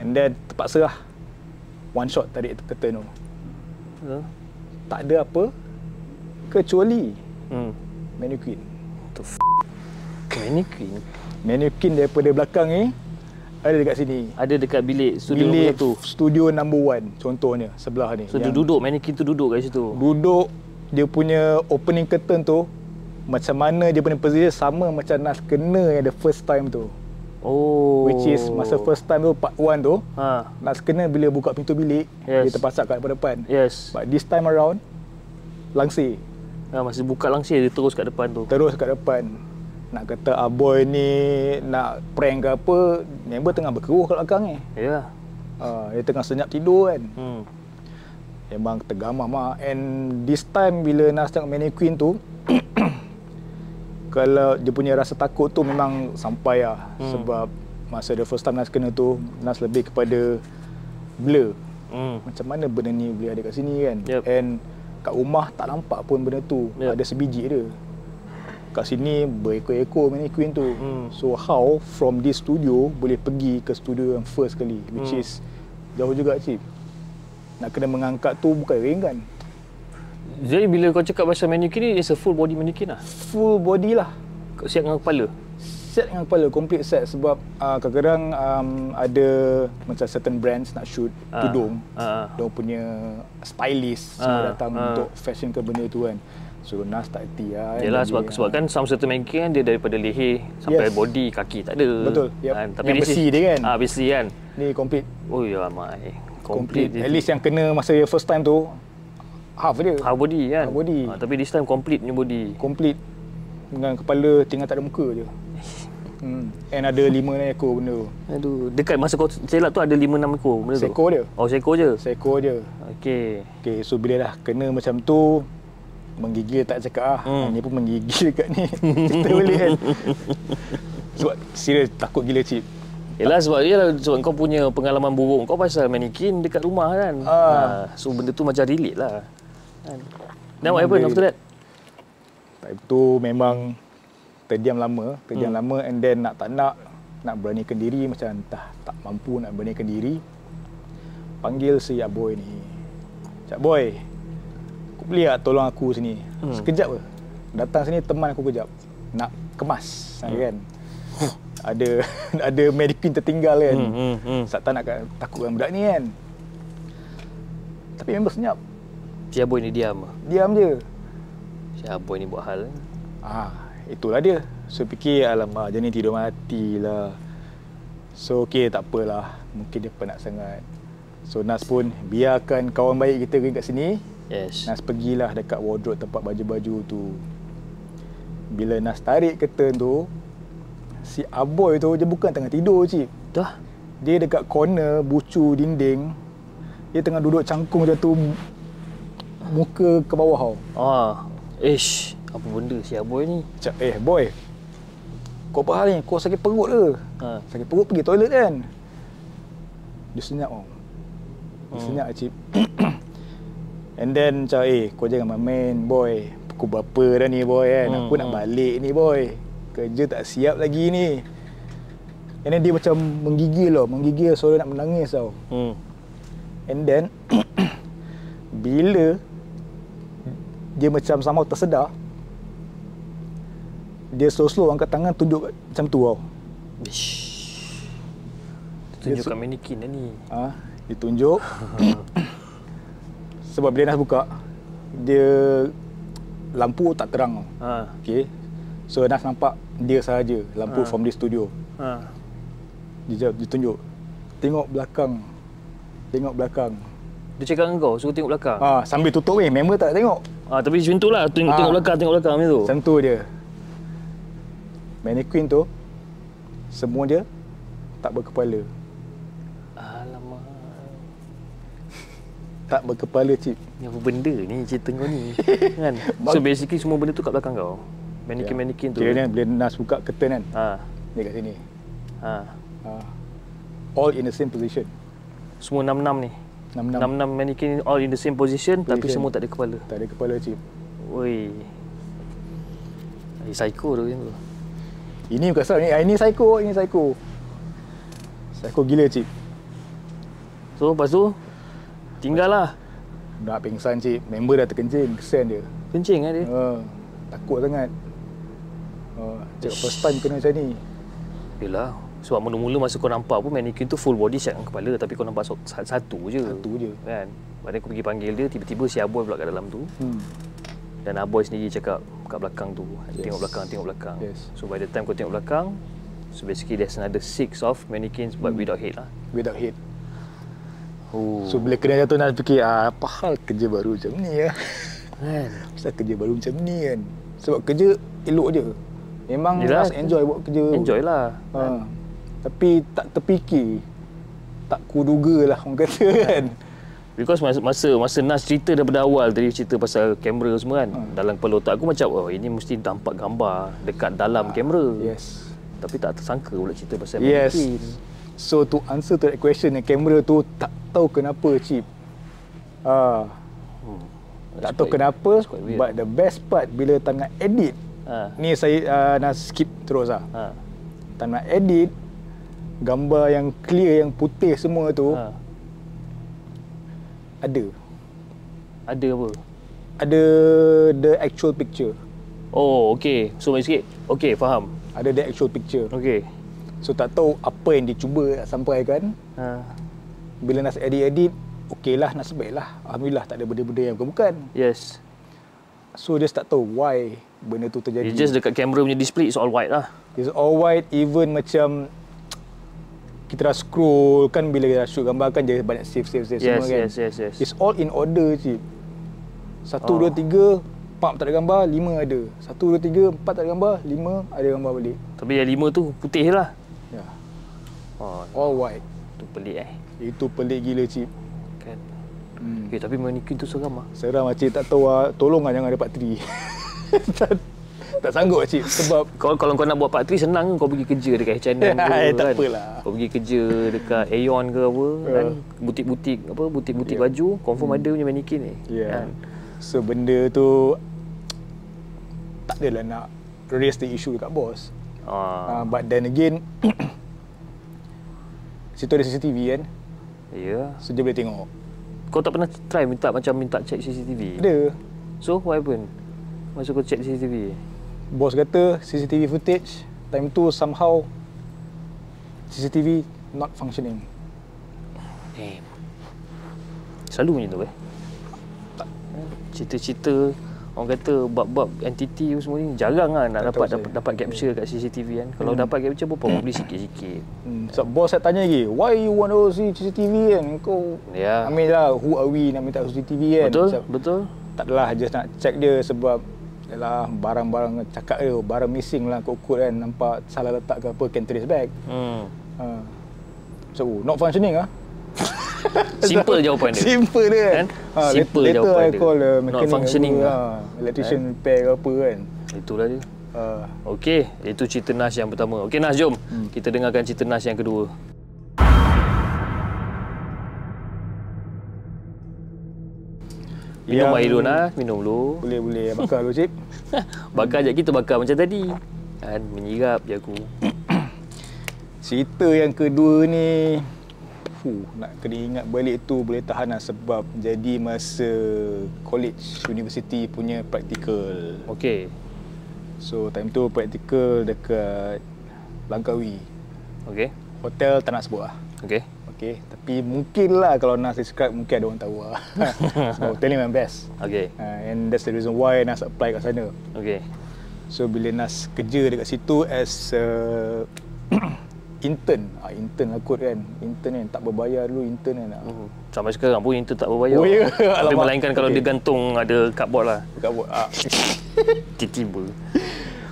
Speaker 2: And then terpaksa lah. One shot tarik curtain tu.
Speaker 3: Huh?
Speaker 2: tak ada apa kecuali
Speaker 3: Hmm.
Speaker 2: mannequin.
Speaker 1: Mannequin.
Speaker 2: Mannequin daripada belakang ni ada dekat sini.
Speaker 1: Ada dekat bilik studio
Speaker 2: Bilik
Speaker 1: nombor satu.
Speaker 2: studio number one contohnya sebelah ni.
Speaker 1: So, dia
Speaker 2: Yang
Speaker 1: duduk. Mannequin tu duduk kat situ.
Speaker 2: duduk dia punya opening curtain tu macam mana dia punya position sama macam Nas kena yang the first time tu.
Speaker 1: Oh.
Speaker 2: Which is masa first time tu part 1 tu
Speaker 1: Ha.
Speaker 2: Nas kena bila buka pintu bilik
Speaker 1: Yes.
Speaker 2: dia terpasak kat depan.
Speaker 1: Yes.
Speaker 2: But this time around langsir
Speaker 1: Ha, masa buka langsir, dia terus kat depan tu.
Speaker 2: terus kat depan nak kata aboy ni nak prank ke apa member tengah berkeruh kat belakang ni
Speaker 1: Ya. Yeah.
Speaker 2: uh, dia tengah senyap tidur kan
Speaker 1: Hmm.
Speaker 2: memang tergamam ah and this time bila Nas tengok mannequin tu [COUGHS] kalau dia punya rasa takut tu memang sampai lah hmm. sebab masa the first time Nas kena tu Nas lebih kepada blur
Speaker 1: Hmm.
Speaker 2: macam mana benda ni boleh ada kat sini kan
Speaker 1: Yep.
Speaker 2: and kat rumah tak nampak pun benda tu
Speaker 1: Yep.
Speaker 2: yep. ada sebiji dia kat sini berekor-ekor mannequin tu hmm. so how from this studio boleh pergi ke studio yang first kali which hmm. is jauh juga cip nak kena mengangkat tu bukan kan? ringan
Speaker 1: Jadi bila kau cakap pasal mannequin ni, it's a full body mannequin lah.
Speaker 2: full body lah
Speaker 1: Kau siap dengan kepala.
Speaker 2: set dengan kepala complete set sebab uh, kadang-kadang um, ada macam certain brands nak shoot
Speaker 1: Ah,
Speaker 2: tudung
Speaker 1: ah.
Speaker 2: dia punya stylist semua
Speaker 1: Ah,
Speaker 2: datang
Speaker 1: ah.
Speaker 2: untuk fashion ke benda tu kan so Nas tak hati lah
Speaker 1: Yalah
Speaker 2: Jadi,
Speaker 1: sebab
Speaker 2: ah,
Speaker 1: sebab kan some certain mannequin kan dia daripada leher sampai
Speaker 2: Yes.
Speaker 1: body, kaki tak ada. Ha,
Speaker 2: Betul, yep. Yang
Speaker 1: this is-
Speaker 2: besi dia kan?
Speaker 1: Ah besi kan.
Speaker 2: ni complete
Speaker 1: Oh ya mai. Complete.
Speaker 2: complete, at least yang kena masa first time tu half dia
Speaker 1: half body kan.
Speaker 2: Half body.
Speaker 1: Ah, tapi this time complete punya body.
Speaker 2: complete dengan kepala tinggal tak ada muka
Speaker 1: [LAUGHS]
Speaker 2: je hmm. and ada lima ni ekor benda tu
Speaker 1: Aduh, dekat masa kau celak tu ada 5 6 ekor benda tu.
Speaker 2: seekor dia
Speaker 1: Oh seekor je.
Speaker 2: seekor je
Speaker 1: Okey.
Speaker 2: Okay, so bila dah kena macam tu menggigil tak cakap ah. Hmm. Ni pun menggigil kat ni. [LAUGHS] Cerita balik
Speaker 1: [LAUGHS]
Speaker 2: kan. Sebab serius takut gila cip.
Speaker 1: Yalah sebab yalah, sebab kau punya pengalaman buruk kau pasal mannequin dekat rumah kan.
Speaker 2: Ah.
Speaker 1: Ah, so benda tu macam relate lah. Kan. Then what happened
Speaker 2: Very
Speaker 1: after that?
Speaker 2: Time tu memang terdiam lama, terdiam hmm. lama and then nak tak nak nak beranikan diri macam entah tak mampu nak beranikan diri. Panggil si Cak Boy ni. Cak Boy, aku boleh tak tolong aku sini? Hmm. Sekejap ke? Datang sini teman aku kejap. Nak kemas, hmm. kan? ada [LAUGHS] ada mannequin tertinggal kan. Hmm,
Speaker 1: Hmm hmm.
Speaker 2: Ustaz tak nak kat- takut dengan budak ni kan. Tapi member senyap.
Speaker 1: Si Aboy ni diam. lah.
Speaker 2: Diam je.
Speaker 1: Si Aboy ni buat hal. eh.
Speaker 2: Ah, itulah dia. So fikir alamak jadi tidur mati lah. So okey tak apalah. Mungkin dia penat sangat. So Nas pun biarkan kawan baik kita kat sini.
Speaker 1: Yes.
Speaker 2: Nas pergilah dekat wardrobe tempat baju-baju tu. Bila Nas tarik curtain tu, si Aboy tu dia bukan tengah tidur cip.
Speaker 1: Dah.
Speaker 2: Dia dekat corner bucu dinding. Dia tengah duduk cangkung macam tu m- muka ke bawah tau.
Speaker 1: Ah. Ish, apa benda si Aboy ni?
Speaker 2: Macam eh boy. Kau apa hal ni? Kau sakit perut ke?
Speaker 1: Ha.
Speaker 2: Sakit perut pergi toilet kan. Dia senyap tau. Dia
Speaker 1: Hmm.
Speaker 2: senyap cip. [COUGHS] And then macam eh kau jangan main-main boy. Pukul berapa dah ni boy kan?
Speaker 1: Hmm,
Speaker 2: Aku nak balik ni boy. Kerja tak siap lagi ni. And then dia macam menggigil tau. Menggigil seolah nak menangis tau.
Speaker 1: Hmm.
Speaker 2: And then [COUGHS] bila dia macam sama tersedar dia slow-slow angkat tangan tunjuk kat- macam tu tau.
Speaker 1: Ish. Tunjuk kat mannequin dah ni.
Speaker 2: Ha, dia tunjuk. [COUGHS] Sebab bila Nas buka dia lampu tak terang tau.
Speaker 1: Ha.
Speaker 2: Okay. So Nas nampak dia sahaja lampu from the studio.
Speaker 1: Ha.
Speaker 2: Dia, jawab- dia tunjuk. Tengok belakang. Tengok belakang.
Speaker 1: Dia cakap dengan kau suruh tengok belakang.
Speaker 2: Ah, sambil tutup ni, member tak tengok.
Speaker 1: Ah, tapi macam tu lah tengok,
Speaker 2: Ah.
Speaker 1: tengok belakang, tengok belakang macam tu.
Speaker 2: Macam tu dia. Mannequin tu semua dia tak berkepala.
Speaker 1: Alamak.
Speaker 2: Tak berkepala cip.
Speaker 1: Ni apa benda ni cerita kau [LAUGHS] ni? kan? Ya. So basically semua benda tu kat belakang kau.
Speaker 2: Ya.
Speaker 1: Mannequin-mannequin tu.
Speaker 2: Kira ni bila Nas buka curtain kan,
Speaker 1: Ha.
Speaker 2: dia kat sini.
Speaker 1: Ha.
Speaker 2: Ha. All in the same position.
Speaker 1: Semua enam-enam ni.
Speaker 2: Enam-enam
Speaker 1: Enam-enam mannequin all in the same position, position. tapi
Speaker 2: Position.
Speaker 1: semua tak ada kepala.
Speaker 2: tak ada kepala cip.
Speaker 1: Oi. Eh, psycho tu macam tu.
Speaker 2: Ini bukan seram ni. Ah, Ini psycho, ini psycho. Psycho gila cip.
Speaker 1: So lepas tu tinggal lah.
Speaker 2: Nak pingsan cip. Member dah terkencing, kesian dia.
Speaker 1: Kencing lah dia.
Speaker 2: Ha. Takut sangat. Ha. Cakap first time kena macam ni.
Speaker 1: Yelah. Sebab mula-mula masa kau nampak pun mannequin tu full body set dengan kepala tapi kau nampak so- sa- satu je.
Speaker 2: Satu je.
Speaker 1: Kan? Lepas aku pergi panggil dia, tiba-tiba si Aboy pula kat dalam tu.
Speaker 2: Hmm.
Speaker 1: Dan Aboy sendiri cakap kat belakang tu, yes. tengok belakang, tengok belakang.
Speaker 2: Yes.
Speaker 1: So by the time kau tengok belakang, so basically there's another six of mannequins
Speaker 2: Hmm.
Speaker 1: but without head lah.
Speaker 2: Without hate.
Speaker 1: Oh.
Speaker 2: So bila kena jatuh Nas fikir ah, apa hal kerja baru macam ni ya. [LAUGHS]
Speaker 1: Kan?
Speaker 2: Pasal kerja baru macam ni kan. Sebab kerja elok je. Memang
Speaker 1: Yelah.
Speaker 2: Nas enjoy buat kerja.
Speaker 1: Enjoy lah.
Speaker 2: Ha. Tapi tak terfikir. Tak kuduga lah orang kata kan.
Speaker 1: Because masa, masa masa Nas cerita daripada awal tadi cerita pasal kamera semua kan.
Speaker 2: Hmm.
Speaker 1: Dalam kepala otak aku macam oh ini mesti nampak gambar dekat dalam kamera.
Speaker 2: Ah, Yes.
Speaker 1: Tapi tak tersangka pula cerita pasal
Speaker 2: Yes.
Speaker 1: mannequin.
Speaker 2: So to answer to that question yang kamera tu tak tahu kenapa chip. Ah. Tak tahu
Speaker 1: quite-
Speaker 2: kenapa
Speaker 1: Oh, quite weird.
Speaker 2: but the best part bila time nak edit
Speaker 1: Ha.
Speaker 2: Ni saya uh, nak skip terus lah.
Speaker 1: Ha.
Speaker 2: Tak nak edit. Gambar yang clear, yang putih semua tu
Speaker 1: Ha.
Speaker 2: ada.
Speaker 1: Ada apa?
Speaker 2: Ada the actual picture.
Speaker 1: Oh, okey. So main sikit. Okey, faham.
Speaker 2: Ada the actual picture.
Speaker 1: Okey.
Speaker 2: So tak tahu apa yang dia cuba nak sampaikan.
Speaker 1: Ha.
Speaker 2: Bila nak edit-edit, okey lah, nasib baik lah. Alhamdulillah tak ada benda-benda yang bukan-bukan.
Speaker 1: Yes.
Speaker 2: So dia tak tahu why benda tu terjadi.
Speaker 1: It's just dekat kamera punya display it's all white lah.
Speaker 2: It's all white even macam kita dah scroll kan bila kita dah shoot gambar kan dia banyak save save save
Speaker 1: Yes,
Speaker 2: semua kan.
Speaker 1: yes, yes, yes.
Speaker 2: It's all in order cip.
Speaker 1: Oh.
Speaker 2: Satu, dua, tiga, empat tak ada gambar, lima ada. Satu, dua, tiga, empat tak ada gambar, lima ada gambar balik.
Speaker 1: Tapi yang lima tu putih lah.
Speaker 2: Ya. Yeah.
Speaker 1: Oh,
Speaker 2: All white.
Speaker 1: tu pelik eh.
Speaker 2: Itu pelik gila cip.
Speaker 1: Kan.
Speaker 2: Hmm.
Speaker 1: Eh, tapi manikin tu seram ah.
Speaker 2: Seram cip tak tahu lah. Tolonglah jangan ada part 3. [LAUGHS] tak, tak sanggup cip sebab
Speaker 1: Kau kalau kau nak buat part 3 senang ke kau pergi kerja dekat H&M [LAUGHS] ke
Speaker 2: Eh, tak
Speaker 1: kan?
Speaker 2: apalah.
Speaker 1: Kau pergi kerja dekat Aeon ke apa kan butik-butik apa butik-butik yeah. baju confirm ada punya manikin ni.
Speaker 2: Yeah.
Speaker 1: Kan?
Speaker 2: Ya. So benda tu tak adalah nak raise the issue dekat bos.
Speaker 1: Ah,
Speaker 2: Uh, but then again [COUGHS] situ ada CCTV kan.
Speaker 1: ya. Yeah.
Speaker 2: So dia boleh tengok.
Speaker 1: Kau tak pernah try minta macam minta check CCTV?
Speaker 2: Ada
Speaker 1: So what happened? Masa kau check CCTV?
Speaker 2: bos kata CCTV footage time tu somehow CCTV not functioning.
Speaker 1: Damn. Selalu macam tu eh? Cerita-cerita orang kata bab-bab entiti semua ni jarang lah nak dapat
Speaker 2: Tak tahu Hmm.
Speaker 1: dapat,
Speaker 2: saya.
Speaker 1: dapat capture kat CCTV kan. Kalau dapat capture pun probably sikit-sikit.
Speaker 2: Hmm. So bos saya tanya lagi, why you want to see CCTV kan? Kau
Speaker 1: Ya.
Speaker 2: I mean lah, who are we nak minta CCTV kan?
Speaker 1: Betul?
Speaker 2: Macam-
Speaker 1: Betul?
Speaker 2: tak adalah just nak check dia sebab Yalah barang-barang cakap dia barang missing lah kot-kot kan nampak salah letak ke apa can trace back.
Speaker 1: Hmm.
Speaker 2: Ha. So oh, not functioning ah.
Speaker 1: Simple jawapan dia.
Speaker 2: Simple dia. Ha,
Speaker 1: Kan? Simple
Speaker 2: later
Speaker 1: jawapan
Speaker 2: I
Speaker 1: dia.
Speaker 2: call uh,
Speaker 1: Not
Speaker 2: mechanic
Speaker 1: functioning
Speaker 2: apa,
Speaker 1: lah.
Speaker 2: ha, electrician repair ke apa kan.
Speaker 1: Itulah dia.
Speaker 2: Uh,
Speaker 1: Okey, itu cerita Nas yang pertama. Okey Nas, jom. Hmm. Kita dengarkan cerita Nas yang kedua. Minum
Speaker 2: Yang-
Speaker 1: air dulu Nas, minum dulu.
Speaker 2: boleh boleh bakar dulu cip.
Speaker 1: Bakar sekejap kita bakar macam tadi. Kan menyirap je aku.
Speaker 2: Cerita yang kedua ni Fuh, nak kena ingat balik tu boleh tahan lah sebab jadi masa college university punya practical.
Speaker 1: Okey.
Speaker 2: So time tu practical dekat Langkawi
Speaker 1: Okey.
Speaker 2: Hotel tak nak sebut lah
Speaker 1: Okey.
Speaker 2: Okay Tapi mungkin lah kalau Nas describe mungkin ada orang tahu lah [LAUGHS] Sebab hotel ni memang best
Speaker 1: Okey.
Speaker 2: uh, And that's the reason why Nas apply kat sana
Speaker 1: Okey.
Speaker 2: So bila Nas kerja dekat situ as uh, [CLEARS THROAT] intern ah, Intern lah kot kan Intern kan tak berbayar dulu intern kan ah.
Speaker 1: Hmm. Sampai sekarang pun intern tak berbayar.
Speaker 2: Oh, ya?
Speaker 1: Tapi
Speaker 2: [LAUGHS] Alamak.
Speaker 1: melainkan kalau
Speaker 2: Okey.
Speaker 1: dia gantung ada cardboard lah.
Speaker 2: Dekat buat ah.
Speaker 1: Tiba-tiba.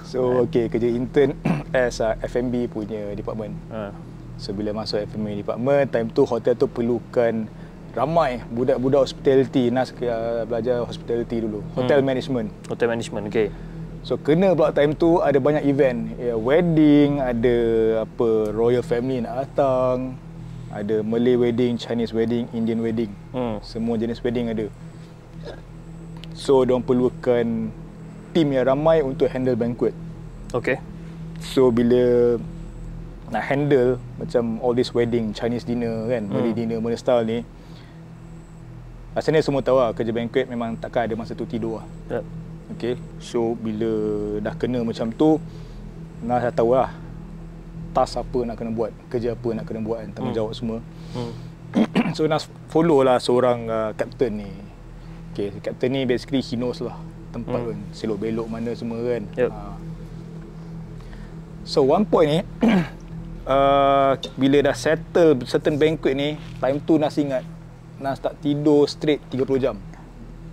Speaker 2: So okay kerja intern [CLEARS THROAT] as uh, F&B punya department
Speaker 1: Ha.
Speaker 2: So bila masuk FMA department Time tu hotel tu perlukan Ramai budak-budak hospitality Nas uh, belajar hospitality dulu Hotel hmm. management
Speaker 1: Hotel management. Okey.
Speaker 2: So kena pula time tu ada banyak event ya, Wedding, ada apa royal family nak datang Ada Malay wedding, Chinese wedding, Indian wedding
Speaker 1: Hmm.
Speaker 2: Semua jenis wedding ada So diorang perlukan tim yang ramai untuk handle banquet
Speaker 1: Okey.
Speaker 2: So bila nak handle macam all this wedding, Chinese dinner kan, Malay dinner, Malay style ni Rasanya semua tahu lah, kerja banquet memang takkan ada masa tu tidur lah
Speaker 1: Yep.
Speaker 2: Okay, so bila dah kena macam tu Nah dah tahu lah task apa nak kena buat, kerja apa nak kena buat kan, tanggungjawab semua [CLEARS THROAT]
Speaker 1: Hmm.
Speaker 2: So Nas follow lah seorang uh, captain ni Okay, captain ni basically he knows lah tempat hmm. kan Selok-belok mana semua kan
Speaker 1: Yup.
Speaker 2: Ah. So one point ni [CLEARS THROAT] uh, Bila dah settle certain banquet ni Time tu Nas ingat Nas tak tidur straight 30 jam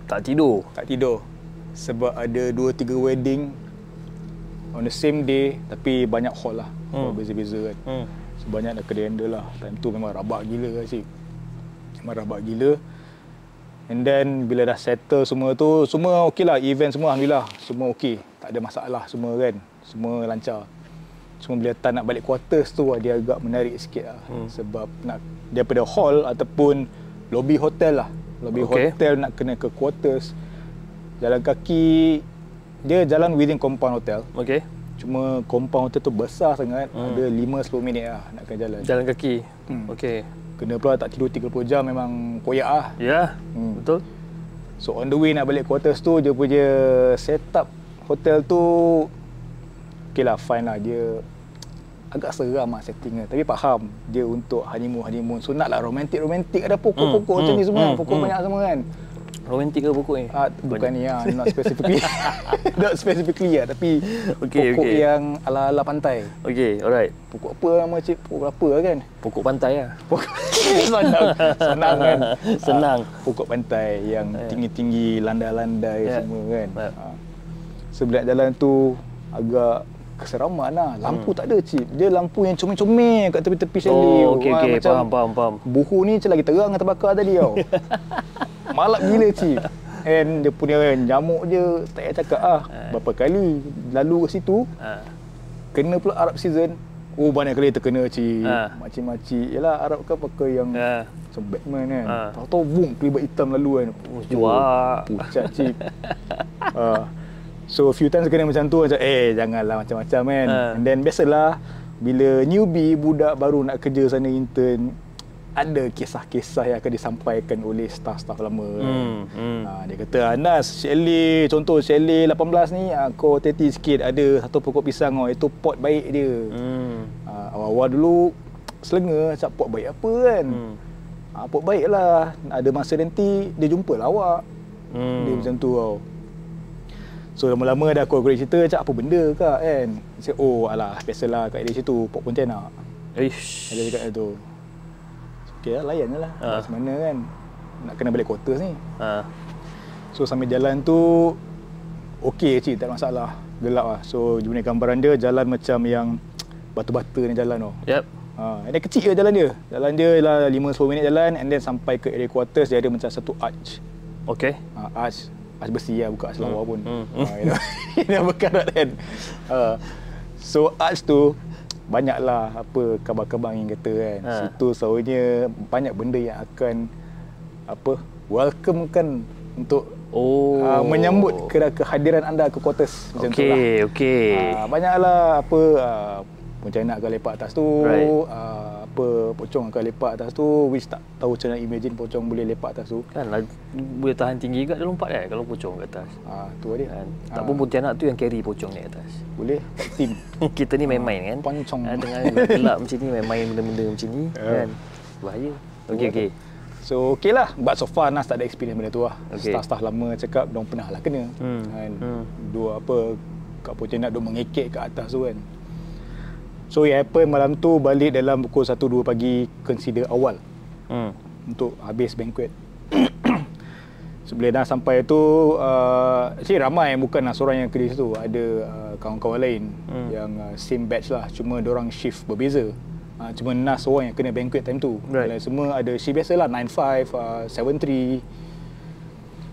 Speaker 1: Tak tidur.
Speaker 2: Tak tidur Sebab ada 2-3 wedding On the same day Tapi banyak hall lah Hall Beza-beza kan
Speaker 1: Hmm.
Speaker 2: Sebanyak dah kena handle lah Time tu memang rabak gila Asyik Memang rabak gila And then bila dah settle semua tu Semua okey lah Event semua Alhamdulillah Semua okey Tak ada masalah semua kan Semua lancar Cuma bila Tan nak balik quarters tu lah, Dia agak menarik sikit lah hmm. Sebab nak Daripada hall Ataupun Lobby hotel lah Lobby
Speaker 1: Okey.
Speaker 2: okay. hotel nak kena ke quarters Jalan kaki Dia jalan within compound hotel.
Speaker 3: Okey.
Speaker 2: Cuma compound hotel tu besar sangat.
Speaker 3: Hmm.
Speaker 2: Ada 5-10 minit lah nak kena jalan.
Speaker 3: Jalan kaki.
Speaker 2: Hmm.
Speaker 3: Okey.
Speaker 2: Kena pula tak tidur 30 jam memang koyak ah.
Speaker 3: Ya. Yeah.
Speaker 2: Hmm.
Speaker 3: Betul?
Speaker 2: So on the way nak balik quarters tu dia punya setup hotel tu okay lah fine lah dia agak seram lah setting dia tapi faham dia untuk honeymoon honeymoon so nak lah romantik romantik ada pokok-pokok
Speaker 3: Hmm,
Speaker 2: macam
Speaker 3: hmm,
Speaker 2: ni semua
Speaker 3: hmm,
Speaker 2: pokok
Speaker 3: hmm.
Speaker 2: banyak semua kan
Speaker 3: Romantik ke pokok ni?
Speaker 2: ah, bukan ni lah not
Speaker 3: [LAUGHS]
Speaker 2: specifically [LAUGHS] not specifically lah tapi
Speaker 3: Okay,
Speaker 2: pokok
Speaker 3: okay.
Speaker 2: yang ala-ala pantai
Speaker 3: Okey, alright.
Speaker 2: pokok apa nama cik pokok berapa lah kan
Speaker 3: Pokok pantai [LAUGHS] lah.
Speaker 2: Pokok senang, senang kan.
Speaker 3: [LAUGHS] Senang.
Speaker 2: Ah, pokok pantai yang tinggi-tinggi, landai-landai
Speaker 3: Ya.
Speaker 2: semua kan.
Speaker 3: Ya.
Speaker 2: Ah. So bila nak jalan tu agak keseraman lah. Lampu tak ada cip. Dia lampu yang comel-comel kat tepi-tepi
Speaker 3: Hmm.
Speaker 2: chalet.
Speaker 3: Oh, okey
Speaker 1: ah,
Speaker 2: Wah,
Speaker 3: okey,
Speaker 2: macam
Speaker 3: faham faham faham.
Speaker 2: Buhu ni macam lagi terang dengan terbakar tadi
Speaker 3: [LAUGHS]
Speaker 2: tau. Malap gila cip. And dia punya nyamuk je tak payah cakap ah.
Speaker 3: Eh.
Speaker 2: Berapa kali lalu kat situ,
Speaker 3: Ha.
Speaker 1: Ah.
Speaker 2: kena pula Arab season. Oh banyak kali terkena cip.
Speaker 3: Ah.
Speaker 2: Makcik-makcik. Yelah Arab kan pakai yang
Speaker 3: Ha.
Speaker 1: Ya.
Speaker 2: macam Batman kan
Speaker 3: Ha.
Speaker 2: ha. Tahu-tahu boom Kelibat hitam lalu kan
Speaker 3: Oh, juak.
Speaker 2: Pucat [LAUGHS] cip ha. So a few times kena macam tu Macam eh janganlah macam-macam kan
Speaker 3: Ha.
Speaker 2: ha. And then biasalah Bila newbie budak baru nak kerja sana intern Ada kisah-kisah yang akan disampaikan oleh staff-staff lama
Speaker 3: Hmm, hmm.
Speaker 2: Ha, dia kata Anas, Shelly, contoh Shelly 18 ni ha, kau hati sikit ada satu pokok pisang kau, itu pot baik dia.
Speaker 3: Hmm.
Speaker 2: Ah, awal-awal dulu selenga cakap pot baik apa kan.
Speaker 3: Hmm.
Speaker 2: Hmm. Ah, pot baik lah. Ada masa nanti dia jumpa lah awak.
Speaker 3: Hmm.
Speaker 2: Dia macam tu tau. So lama-lama dah aku korek cerita cakap apa benda kak kan. Dia cakap, oh alah biasalah kat area situ pot pontianak.
Speaker 3: Ish.
Speaker 2: Dia cakap macam tu. Okay lah layan je lah.
Speaker 3: Ah.
Speaker 2: Ha. Macam mana kan. Nak kena balik quarters ni.
Speaker 1: Ah.
Speaker 3: Ha.
Speaker 2: So sambil jalan tu okey cik tak ada masalah. Gelap lah. So dia punya gambaran dia jalan macam yang batu-bata ni jalan tau.
Speaker 3: Yep.
Speaker 2: Ha, and then kecil je jalan dia. Jalan dia ialah 5-10 minit jalan and then sampai ke area quarters dia ada macam satu arch.
Speaker 3: Okey.
Speaker 2: Ha, arch arch besi lah bukan arch lawa pun.
Speaker 3: hmm,
Speaker 2: Hmm. Ha, you [LAUGHS] know, you know, berkarat kan. Ha, so arch tu banyaklah apa kabar-kabar yang kata kan.
Speaker 3: Ha.
Speaker 2: Ha. Situ selalunya banyak benda yang akan apa welcome kan untuk
Speaker 3: Oh.
Speaker 2: oh. uh, menyambut ke- kehadiran anda ke quarters macam tu lah.
Speaker 3: Okey, okey.
Speaker 2: Ah, banyaklah apa ah, pontianak akan lepak atas tu,
Speaker 3: Right.
Speaker 2: ah, apa pocong akan lepak atas tu, which tak tahu macam mana imagine pocong boleh lepak atas tu.
Speaker 3: Kan lah, boleh tahan tinggi juga dia lompat kan kalau pocong kat atas.
Speaker 2: Ah, tu dia.
Speaker 3: Kan?
Speaker 2: Ah,
Speaker 3: Tak pun Pontianak tu yang carry pocong naik atas. [LAUGHS]
Speaker 2: boleh tag team.
Speaker 3: Kita ni main-main kan.
Speaker 2: Poncong.
Speaker 3: Ha,
Speaker 2: Ah.
Speaker 3: dengan gelap macam ni main-main benda-benda macam ni kan. Bahaya. Okey okey.
Speaker 2: So okey lah But so far Nas tak ada experience benda tu lah
Speaker 3: Okey.
Speaker 2: okay. Staff-staff lama cakap Diorang pernah lah kena
Speaker 3: Hmm.
Speaker 2: kan?
Speaker 3: Hmm.
Speaker 2: Dua apa Kat Pontianak Diorang mengekek kat atas tu kan So it happen malam tu Balik dalam pukul 1-2 pagi Consider awal
Speaker 3: Hmm.
Speaker 2: untuk habis banquet. [COUGHS] Sebelum dah sampai tu, uh, actually ramai bukan lah seorang yang kerja situ. Ada uh, kawan-kawan lain
Speaker 3: Hmm.
Speaker 2: hmm. yang uh, same batch lah. Cuma orang shift berbeza. Uh, cuma Nas orang yang kena banquet time tu.
Speaker 3: Right.
Speaker 2: Lain semua ada shift biasa lah, 9-5, uh, 7-3.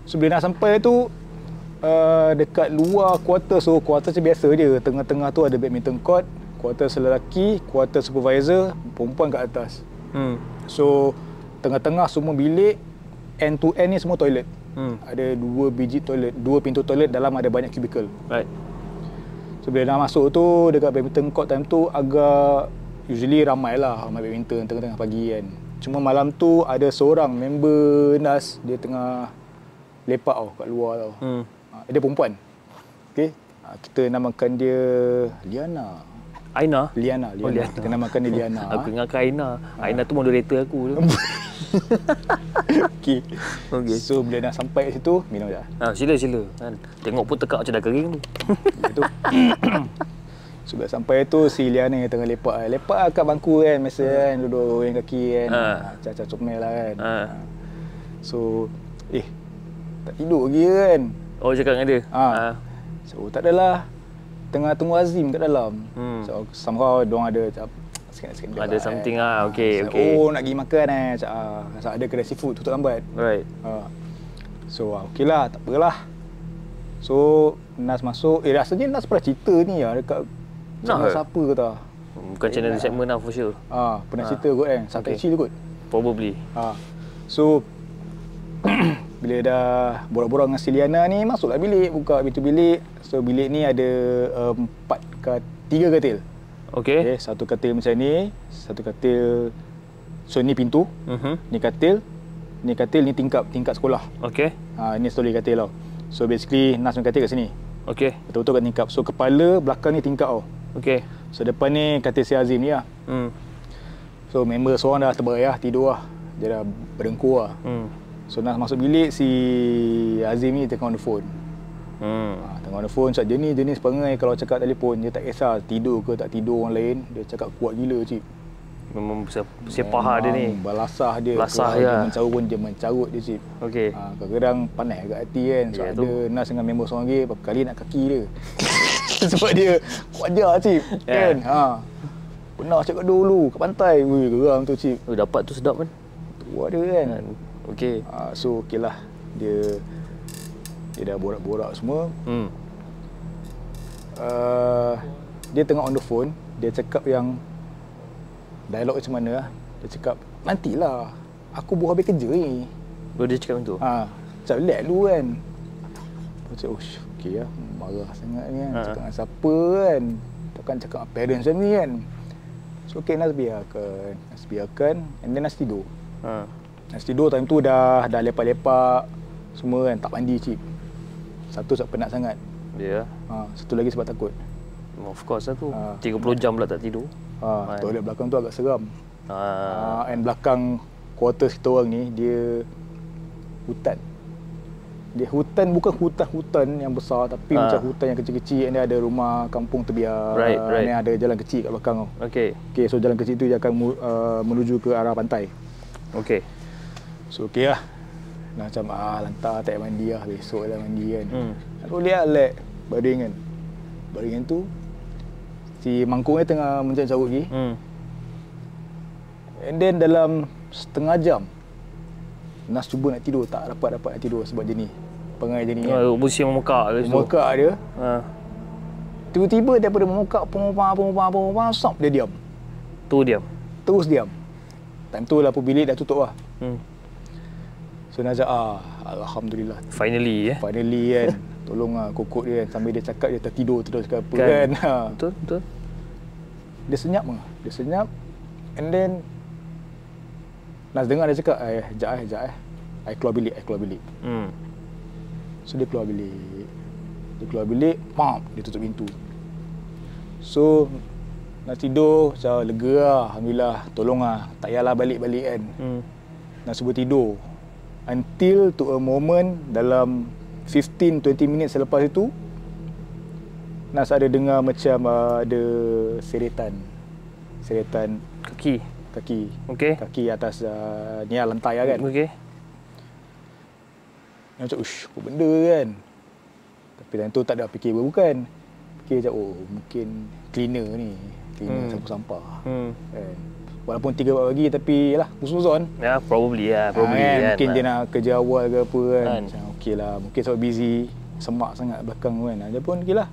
Speaker 2: Sebelum dah sampai tu, uh, dekat luar quarter so quarter macam biasa je. Tengah-tengah tu ada badminton court, quarter lelaki, quarter supervisor, perempuan kat atas.
Speaker 3: Hmm.
Speaker 2: So tengah-tengah semua bilik end to end ni semua toilet.
Speaker 3: Hmm.
Speaker 2: Ada dua biji toilet, dua pintu toilet dalam ada banyak cubicle.
Speaker 3: Right.
Speaker 2: So bila dah masuk tu dekat badminton court time tu agak usually ramai lah ramai badminton tengah-tengah pagi kan. Cuma malam tu ada seorang member Nas dia tengah lepak tau kat luar tau.
Speaker 3: Hmm.
Speaker 2: Ah, Dia perempuan. Okay. Ah, Kita namakan dia Liana.
Speaker 3: Aina.
Speaker 2: Liana,
Speaker 3: Oh,
Speaker 2: Liana.
Speaker 3: Liana.
Speaker 2: Kita namakan dia Liana.
Speaker 3: [LAUGHS] Aku ingat ke Aina.
Speaker 2: Ah.
Speaker 3: Aina tu moderator aku
Speaker 2: [LAUGHS]
Speaker 3: tu. Okey.
Speaker 2: okay. okay. So bila dah sampai kat situ, minum dah.
Speaker 3: Ha, sila sila. Kan. Tengok pun tekak macam dah kering tu.
Speaker 2: Itu. [COUGHS] so bila sampai tu si Liana yang tengah lepak kan. Lepak lah kat bangku kan masa kan duduk goyang kaki kan.
Speaker 3: Hmm. Ha.
Speaker 2: Ha. Cacat comel lah kan.
Speaker 3: Ha.
Speaker 2: So eh tak tidur lagi kan.
Speaker 3: Oh cakap dengan dia.
Speaker 2: Ha. So tak adalah tengah tunggu Azim kat dalam.
Speaker 3: Hmm.
Speaker 2: So somehow diorang ada macam sikit-sikit
Speaker 3: Ada
Speaker 2: lah,
Speaker 3: something lah. Okey,
Speaker 2: So,
Speaker 3: okey.
Speaker 2: Oh nak pergi makan eh. Cakap, ah, Cakap, ada kedai seafood tutup lambat.
Speaker 3: Right.
Speaker 2: Ha. So ah, okey lah, tak apalah. So Nas masuk, eh rasanya Nas pernah cerita ni lah dekat channel
Speaker 3: eh?
Speaker 2: siapa ke tak.
Speaker 3: Bukan
Speaker 1: Eh,
Speaker 3: channel segmen lah for sure.
Speaker 2: Ha, pernah cerita kot kan, sampai
Speaker 3: Okey.
Speaker 2: kecil kot.
Speaker 3: Probably.
Speaker 2: Ha. So [CLEARS THROAT] bila dah borak-borak dengan si Liana ni masuklah bilik buka pintu bilik so bilik ni ada uh, empat ke tiga katil
Speaker 1: Okey.
Speaker 2: okay, satu katil macam ni satu katil so ni pintu
Speaker 1: Mhm.
Speaker 2: ni katil ni katil ni tingkap tingkap sekolah
Speaker 1: Okey.
Speaker 2: ha, ni story katil tau so basically Nas punya katil kat sini
Speaker 1: Okey.
Speaker 2: betul-betul kat tingkap so kepala belakang ni tingkap tau
Speaker 1: Okey.
Speaker 2: so depan ni katil si Azim ni lah
Speaker 1: Hmm.
Speaker 2: so member seorang dah terbayar tidur lah dia dah berdengkur lah
Speaker 1: Hmm.
Speaker 2: So Nas masuk bilik si Azim ni tengah on the phone.
Speaker 1: Hmm.
Speaker 2: Ha, tengah on the phone sebab dia ni jenis perangai kalau cakap telefon dia tak kisah tidur ke tak tidur orang lain dia cakap kuat gila cik.
Speaker 1: Memang se- sepah dia ni.
Speaker 2: Balasah dia.
Speaker 1: Belasah,
Speaker 2: Kalau
Speaker 1: ya.
Speaker 2: Dia mencarut pun dia mencarut dia cik.
Speaker 1: Okey.
Speaker 2: Ha, kadang-kadang panas kat hati kan
Speaker 1: Ya,
Speaker 2: sebab yeah,
Speaker 1: tu.
Speaker 2: ada Nas dengan member seorang lagi berapa kali nak kaki dia. [LAUGHS] sebab dia kuat je cik.
Speaker 1: Ya.
Speaker 2: Kan? Ha. Pernah cakap dulu kat pantai. Wih, geram tu cik.
Speaker 1: Oh, dapat tu sedap kan?
Speaker 2: Kuat dia kan.
Speaker 1: Ya. Okey.
Speaker 2: Ah, so okey lah dia dia dah borak-borak semua.
Speaker 1: Hmm.
Speaker 2: Uh, dia tengah on the phone, dia cakap yang dialog macam mana lah. Dia cakap nantilah aku baru habis kerja ni.
Speaker 1: Oh, dia cakap macam tu.
Speaker 2: Ha, cakap relax dulu kan. Aku cakap, oh okey lah, marah sangat ni kan.
Speaker 1: Ha.
Speaker 2: Cakap dengan siapa kan. Takkan cakap dengan parents macam ni kan. So okey Nas biarkan. Nas biarkan and then Nas tidur.
Speaker 1: Ha.
Speaker 2: Nas tidur time tu dah dah lepak-lepak semua kan tak mandi cip. Satu sebab penat sangat.
Speaker 1: Ya. Yeah.
Speaker 2: Ha, satu lagi sebab takut.
Speaker 1: Of course lah tu.
Speaker 2: Ah.
Speaker 1: 30 jam pula tak tidur. Kan.
Speaker 2: Ha, toilet belakang tu agak seram.
Speaker 1: Ha.
Speaker 2: Ha, and belakang quarters kita orang ni dia hutan. Dia hutan bukan hutan-hutan yang besar
Speaker 1: Ah.
Speaker 2: tapi ha. macam hutan yang kecil-kecil and dia ada rumah kampung terbiar
Speaker 1: Right, right.
Speaker 2: and ada jalan kecil kat belakang tu.
Speaker 1: Okey.
Speaker 2: Okay, so jalan kecil tu dia akan mu- uh, menuju ke arah pantai.
Speaker 1: Okey.
Speaker 2: So okey lah Dah macam ah lantar tak payah mandi lah Besok lah mandi kan
Speaker 1: Hmm.
Speaker 2: Aku lihat lag Baring kan Baring tu Si mangkuk ni tengah mencari carut lagi
Speaker 1: Hmm.
Speaker 2: And then dalam setengah jam Nas cuba nak tidur Tak dapat-dapat nak tidur sebab jenis Pengai jenis kan
Speaker 1: Oh, busi memekak kat situ.
Speaker 2: Memekak dia
Speaker 1: Ha.
Speaker 2: Tiba-tiba daripada memekak Pengumpan, pengumpan, pengumpan Stop dia diam
Speaker 1: Tu diam.
Speaker 2: Terus diam Time tu lah pun bilik dah tutup lah
Speaker 1: Hmm.
Speaker 2: So Nas cakap ah Alhamdulillah
Speaker 1: Finally eh.
Speaker 2: Finally kan Tolong lah kokok dia kan Sambil dia cakap dia tertidur terus ke apa
Speaker 1: Kan.
Speaker 2: kan, kan. [LAUGHS] Ha.
Speaker 1: Betul, betul.
Speaker 2: Dia senyap lah Dia senyap And then Nas dengar dia cakap Eh sekejap eh sekejap eh I keluar bilik I keluar bilik
Speaker 1: Hmm.
Speaker 2: So dia keluar bilik Dia keluar bilik Pam Dia tutup pintu So Nas tidur Macam lega lah Alhamdulillah Tolong lah Tak payahlah balik-balik kan
Speaker 1: Hmm.
Speaker 2: Nas cuba tidur Until to a moment Dalam 15-20 minit selepas itu Nas ada dengar macam uh, ada seretan Seretan
Speaker 1: Kaki.
Speaker 2: kaki
Speaker 1: Okey.
Speaker 2: Kaki atas uh, ni lah lantai lah kan
Speaker 1: Okey.
Speaker 2: Dia macam ush apa benda kan Tapi time tu tak ada fikir apa bukan Fikir macam oh mungkin cleaner ni Cleaner
Speaker 1: Hmm.
Speaker 2: sapu sampah
Speaker 1: Hmm.
Speaker 2: kan. Walaupun 3 pagi tapi lah husnuzon
Speaker 1: Ya, probably lah, probably
Speaker 2: Ah,
Speaker 1: kan.
Speaker 2: Mungkin
Speaker 1: Ah.
Speaker 2: dia nak kerja awal ke apa kan.
Speaker 1: Kan.
Speaker 2: kan. Macam okey lah. Mungkin sebab busy. Semak sangat belakang tu kan. Ah, Dia pun okey lah.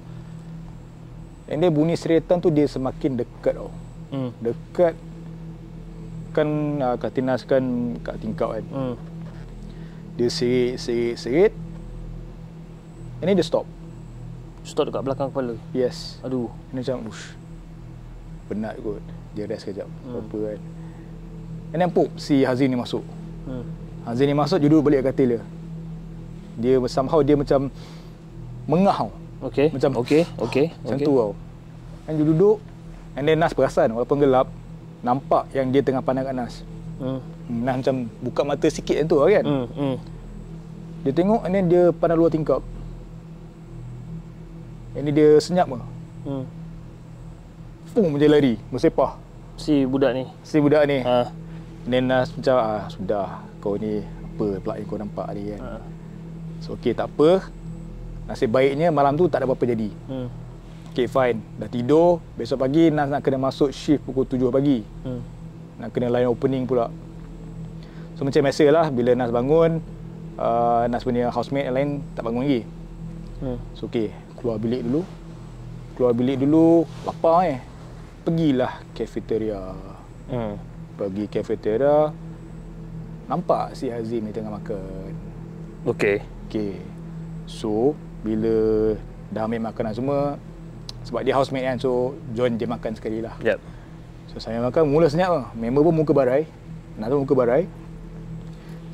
Speaker 2: And then bunyi seretan tu dia semakin dekat tau.
Speaker 1: Hmm.
Speaker 2: Dekat kan uh, Kak Tinas kan kat tingkap kan.
Speaker 1: Hmm.
Speaker 2: Dia serit, serit, serit. And then dia stop.
Speaker 1: Stop dekat belakang kepala.
Speaker 2: Yes.
Speaker 1: Aduh.
Speaker 2: And dia macam, ush. Penat kot. Dia rest kejap. Hmm. Apa kan. And then pop si Hazim ni masuk.
Speaker 1: Hmm.
Speaker 2: Hazrin ni masuk dia duduk balik kat katil dia. Dia somehow dia macam mengah tau.
Speaker 1: Okey.
Speaker 2: Macam
Speaker 1: okey, okey,
Speaker 2: Macam
Speaker 1: okey.
Speaker 2: tu tau. Dan dia duduk and then Nas perasan walaupun gelap nampak yang dia tengah pandang kat Nas.
Speaker 1: Hmm.
Speaker 2: Hmm, Nas macam buka mata sikit yang tu lah kan.
Speaker 1: Hmm. Hmm.
Speaker 2: Dia tengok and then dia pandang luar tingkap. Yang ni dia senyap lah.
Speaker 1: Hmm.
Speaker 2: Fung je lari. Bersepah.
Speaker 1: Si budak ni.
Speaker 2: Si budak ni. Ha.
Speaker 1: Ha.
Speaker 2: And then Nas macam ah, sudah kau ni apa pula yang kau nampak ni kan.
Speaker 1: Ha.
Speaker 2: So okey tak apa. Nasib baiknya malam tu tak ada apa-apa jadi.
Speaker 1: Hmm.
Speaker 2: Okay fine Dah tidur Besok pagi Nas nak kena masuk shift pukul 7 pagi
Speaker 1: Hmm.
Speaker 2: Nak kena line opening pula So macam biasa lah Bila Nas bangun uh, Nas punya housemate yang lain Tak bangun lagi
Speaker 1: Hmm.
Speaker 2: So okay Keluar bilik dulu Keluar bilik dulu Lapar eh Pergilah cafeteria
Speaker 1: Hmm.
Speaker 2: Pergi cafeteria Nampak si Hazim ni tengah makan
Speaker 1: Okey.
Speaker 2: Okay. So, bila dah ambil makanan semua, sebab dia housemate kan, so join dia makan sekali lah.
Speaker 1: Yep.
Speaker 2: So, saya makan mula senyap lah. Member pun muka barai. Nak tu muka barai.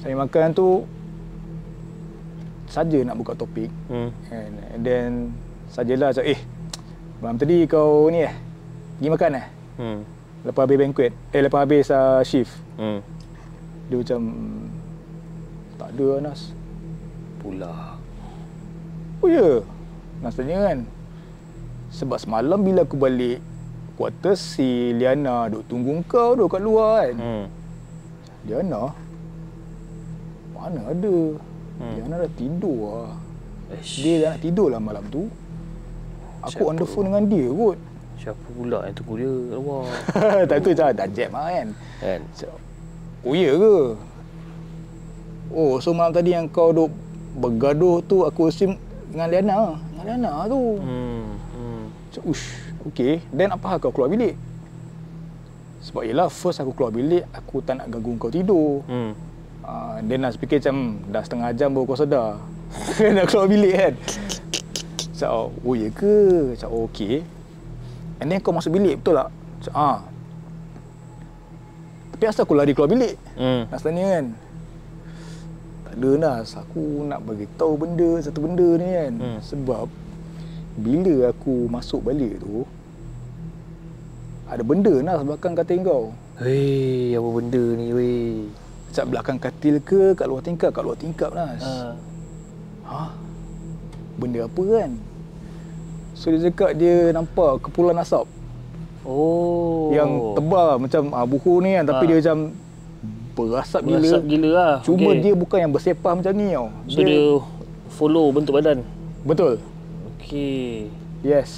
Speaker 2: Saya makan tu, saja nak buka topik.
Speaker 1: Hmm.
Speaker 2: And, and then, sajalah macam, eh, malam tadi kau ni eh, pergi makan eh?
Speaker 1: Hmm.
Speaker 2: Lepas habis banquet, eh lepas habis uh, shift.
Speaker 1: Hmm.
Speaker 2: Dia macam, tak ada lah Nas.
Speaker 1: Pula.
Speaker 2: Oh ya. Maksudnya kan. Sebab semalam bila aku balik quarters si Liana duk tunggu kau duk kat luar kan. Hmm.
Speaker 1: Hmm.
Speaker 2: Liana. Mana ada. Hmm. Liana dah tidur lah.
Speaker 1: Eish.
Speaker 2: Dia dah nak tidur lah malam tu. Aku on the phone dengan dia kot.
Speaker 1: Siapa pula yang tunggu dia keluar?
Speaker 2: [LAUGHS] tak tu macam dah jam lah kan.
Speaker 1: kan?
Speaker 2: Macam, Oh ya ke? Oh so malam tadi yang kau duk bergaduh tu aku assume dengan Liana. Dengan Liana tu. Hmm.
Speaker 1: [LAUGHS] Hmm. Hmm.
Speaker 2: Macam ush Okay Then apa hal kau keluar bilik Sebab yelah First aku keluar bilik Aku tak nak ganggu kau tidur
Speaker 1: Hmm.
Speaker 2: uh, Then Nas fikir macam Dah setengah jam baru kau sedar [LAUGHS] Nak keluar bilik kan Macam oh, oh ya ke Macam oh, okay And then kau masuk bilik betul tak Macam ah Tapi asal aku lari keluar bilik
Speaker 1: Hmm.
Speaker 2: Nas tanya kan Tak ada Nas Aku nak bagi tahu benda Satu benda ni kan
Speaker 1: Hmm.
Speaker 2: hmm. Sebab Bila aku masuk balik tu Ada benda Nas belakang katil kau
Speaker 3: Hei, apa benda ni weh?
Speaker 2: Macam belakang katil ke Kat luar tingkap Kat luar tingkap Nas
Speaker 1: Ah.
Speaker 2: uh.
Speaker 3: Ha.
Speaker 2: Hah? Ha? Benda apa kan So dia cakap dia nampak kepulan asap
Speaker 3: Oh.
Speaker 2: Yang tebal macam ah, buku ni kan Tapi
Speaker 3: Ah.
Speaker 2: dia macam berasap,
Speaker 3: Berasap
Speaker 2: gila
Speaker 3: gila lah.
Speaker 2: Cuma
Speaker 3: Okey.
Speaker 2: okay. dia bukan yang bersepah macam ni tau
Speaker 3: So dia follow bentuk badan.
Speaker 2: Betul
Speaker 3: Okey.
Speaker 2: Yes.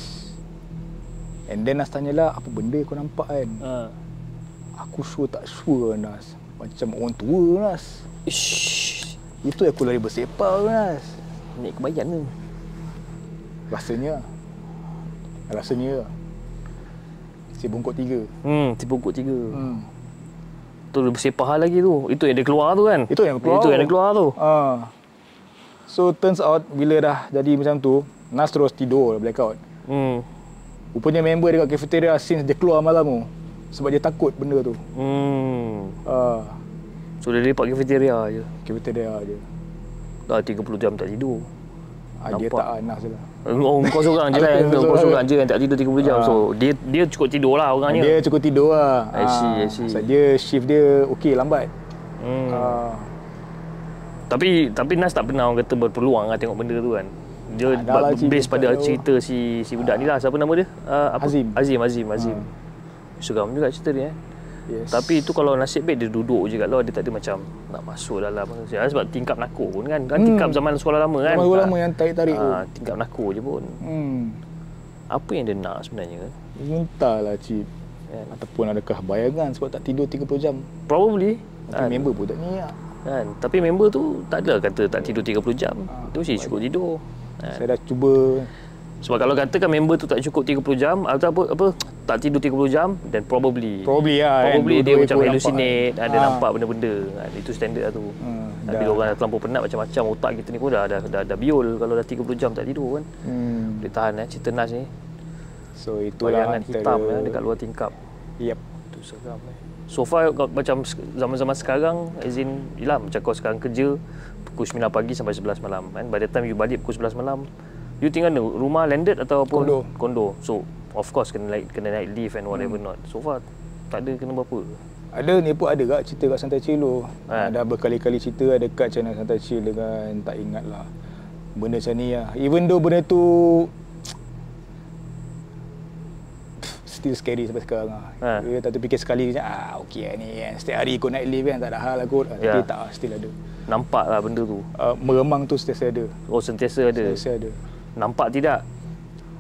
Speaker 2: And then Nas tanya lah apa benda kau nampak kan.
Speaker 3: Ha.
Speaker 2: Aku sure tak sure Nas. Macam orang tua Nas.
Speaker 3: Ish.
Speaker 2: Itu aku lari bersepah Nas.
Speaker 3: Naik kebayan tu.
Speaker 2: Rasanya. Rasanya. Si bongkok tiga.
Speaker 1: Hmm. Tipu kot tiga.
Speaker 2: Hmm.
Speaker 1: Tu dia bersepah lagi tu. Itu yang dia keluar tu kan?
Speaker 2: Itu yang keluar.
Speaker 1: Itu yang dia keluar tu.
Speaker 2: Ah. So turns out bila dah jadi macam tu, Nas terus tidur blackout.
Speaker 1: Hmm.
Speaker 2: Rupanya member dekat cafeteria since dia keluar malam tu. Sebab dia takut benda tu.
Speaker 1: Hmm.
Speaker 2: Ah,
Speaker 1: So dia lepak cafeteria je.
Speaker 2: cafeteria dia.
Speaker 1: Dah 30 jam tak tidur.
Speaker 2: Ah, dia
Speaker 1: Nampak.
Speaker 2: tak ah, Nas lah.
Speaker 1: Oh, kau seorang je
Speaker 2: [LAUGHS]
Speaker 1: kan.
Speaker 2: Aku
Speaker 1: Kau
Speaker 2: seorang.
Speaker 1: seorang je kan tak tidur 30 jam.
Speaker 2: Ah.
Speaker 1: So dia dia cukup tidur lah orangnya.
Speaker 2: Dia cukup tidur lah.
Speaker 1: I see,
Speaker 2: Ah,
Speaker 1: I see.
Speaker 2: Sebab dia shift dia okey lambat.
Speaker 1: Hmm.
Speaker 2: Ah,
Speaker 1: Tapi tapi Nas tak pernah orang kata berpeluang lah tengok benda tu kan. Dia
Speaker 2: Ah, dah lah
Speaker 1: ba-
Speaker 2: cerita
Speaker 1: based pada
Speaker 2: tu.
Speaker 1: cerita si si budak ni lah siapa nama dia? Uh, apa?
Speaker 2: Azim. Ah.
Speaker 1: Azim Azim Azim. Suram juga cerita dia eh.
Speaker 2: yes.
Speaker 1: Tapi tu kalau nasib baik dia duduk je kat luar dia tak ada macam nak masuk dalam manusia sebab tingkap nakor pun kan. Kan tingkap zaman sekolah lama kan.
Speaker 2: Hmm. Zaman lama yang tarik-tarik tu.
Speaker 1: Ah, tingkap nakor je pun.
Speaker 2: Hmm.
Speaker 1: Apa yang dia nak sebenarnya?
Speaker 2: Entahlah cip.
Speaker 1: Kan?
Speaker 2: Ataupun adakah bayangan sebab tak tidur 30 jam.
Speaker 1: Probably
Speaker 2: Nanti
Speaker 1: kan,
Speaker 2: member pun tak niat.
Speaker 1: kan. Tapi member tu tak ada kata tak tidur 30 jam.
Speaker 2: Ah,
Speaker 1: Itu mesti cukup tidur. Kan?
Speaker 2: Saya dah cuba
Speaker 1: Sebab kalau katakan member tu tak cukup 30 jam atau apa apa tak tidur 30 jam then probably
Speaker 2: probably lah kan.
Speaker 1: probably dia
Speaker 2: dua-dua
Speaker 1: macam
Speaker 2: ekor
Speaker 1: hallucinate,
Speaker 2: nampak.
Speaker 1: ada
Speaker 2: Ah,
Speaker 1: nampak benda-benda. Ha, itu standard lah tu.
Speaker 2: Hmm,
Speaker 1: Dan
Speaker 2: dah.
Speaker 1: bila orang dah terlampau penat macam-macam otak kita ni pun dah dah, dah, dah biol kalau dah 30 jam tak tidur kan.
Speaker 2: Hmm.
Speaker 1: Boleh tahan eh cerita Nas ni.
Speaker 2: So itulah
Speaker 1: Bayangan
Speaker 2: antara
Speaker 1: hitam eh, dekat luar tingkap.
Speaker 2: Yep.
Speaker 1: Tu seram eh. So far kau- macam se- zaman-zaman sekarang as in yelah macam kau sekarang kerja pukul 9 pagi sampai 11 malam kan. By the time you balik pukul 11 malam you tinggal di rumah landed ataupun
Speaker 2: Kondo.
Speaker 1: kondo. So of course kena naik kena naik leave and whatever hmm. not. So far tak ada kena berapa.
Speaker 2: Ada ni pun ada kat cerita kat Santai Cilo.
Speaker 1: Ah.
Speaker 2: Ha. Dah berkali-kali cerita ada kat channel Santai Cilo dengan tak ingat lah. Benda macam ni lah. Even though benda tu still scary sampai sekarang lah.
Speaker 1: Ha.
Speaker 2: Ha. Tak terfikir sekali je, ah okey lah ni kan. Setiap hari ikut night leave kan tak ada hal lah kot.
Speaker 1: Ya.
Speaker 2: Yeah. Tapi tak lah, still ada.
Speaker 1: Nampak lah benda tu.
Speaker 2: Uh, meremang tu sentiasa ada.
Speaker 1: Oh sentiasa ada.
Speaker 2: Sentiasa ada.
Speaker 1: Nampak tidak?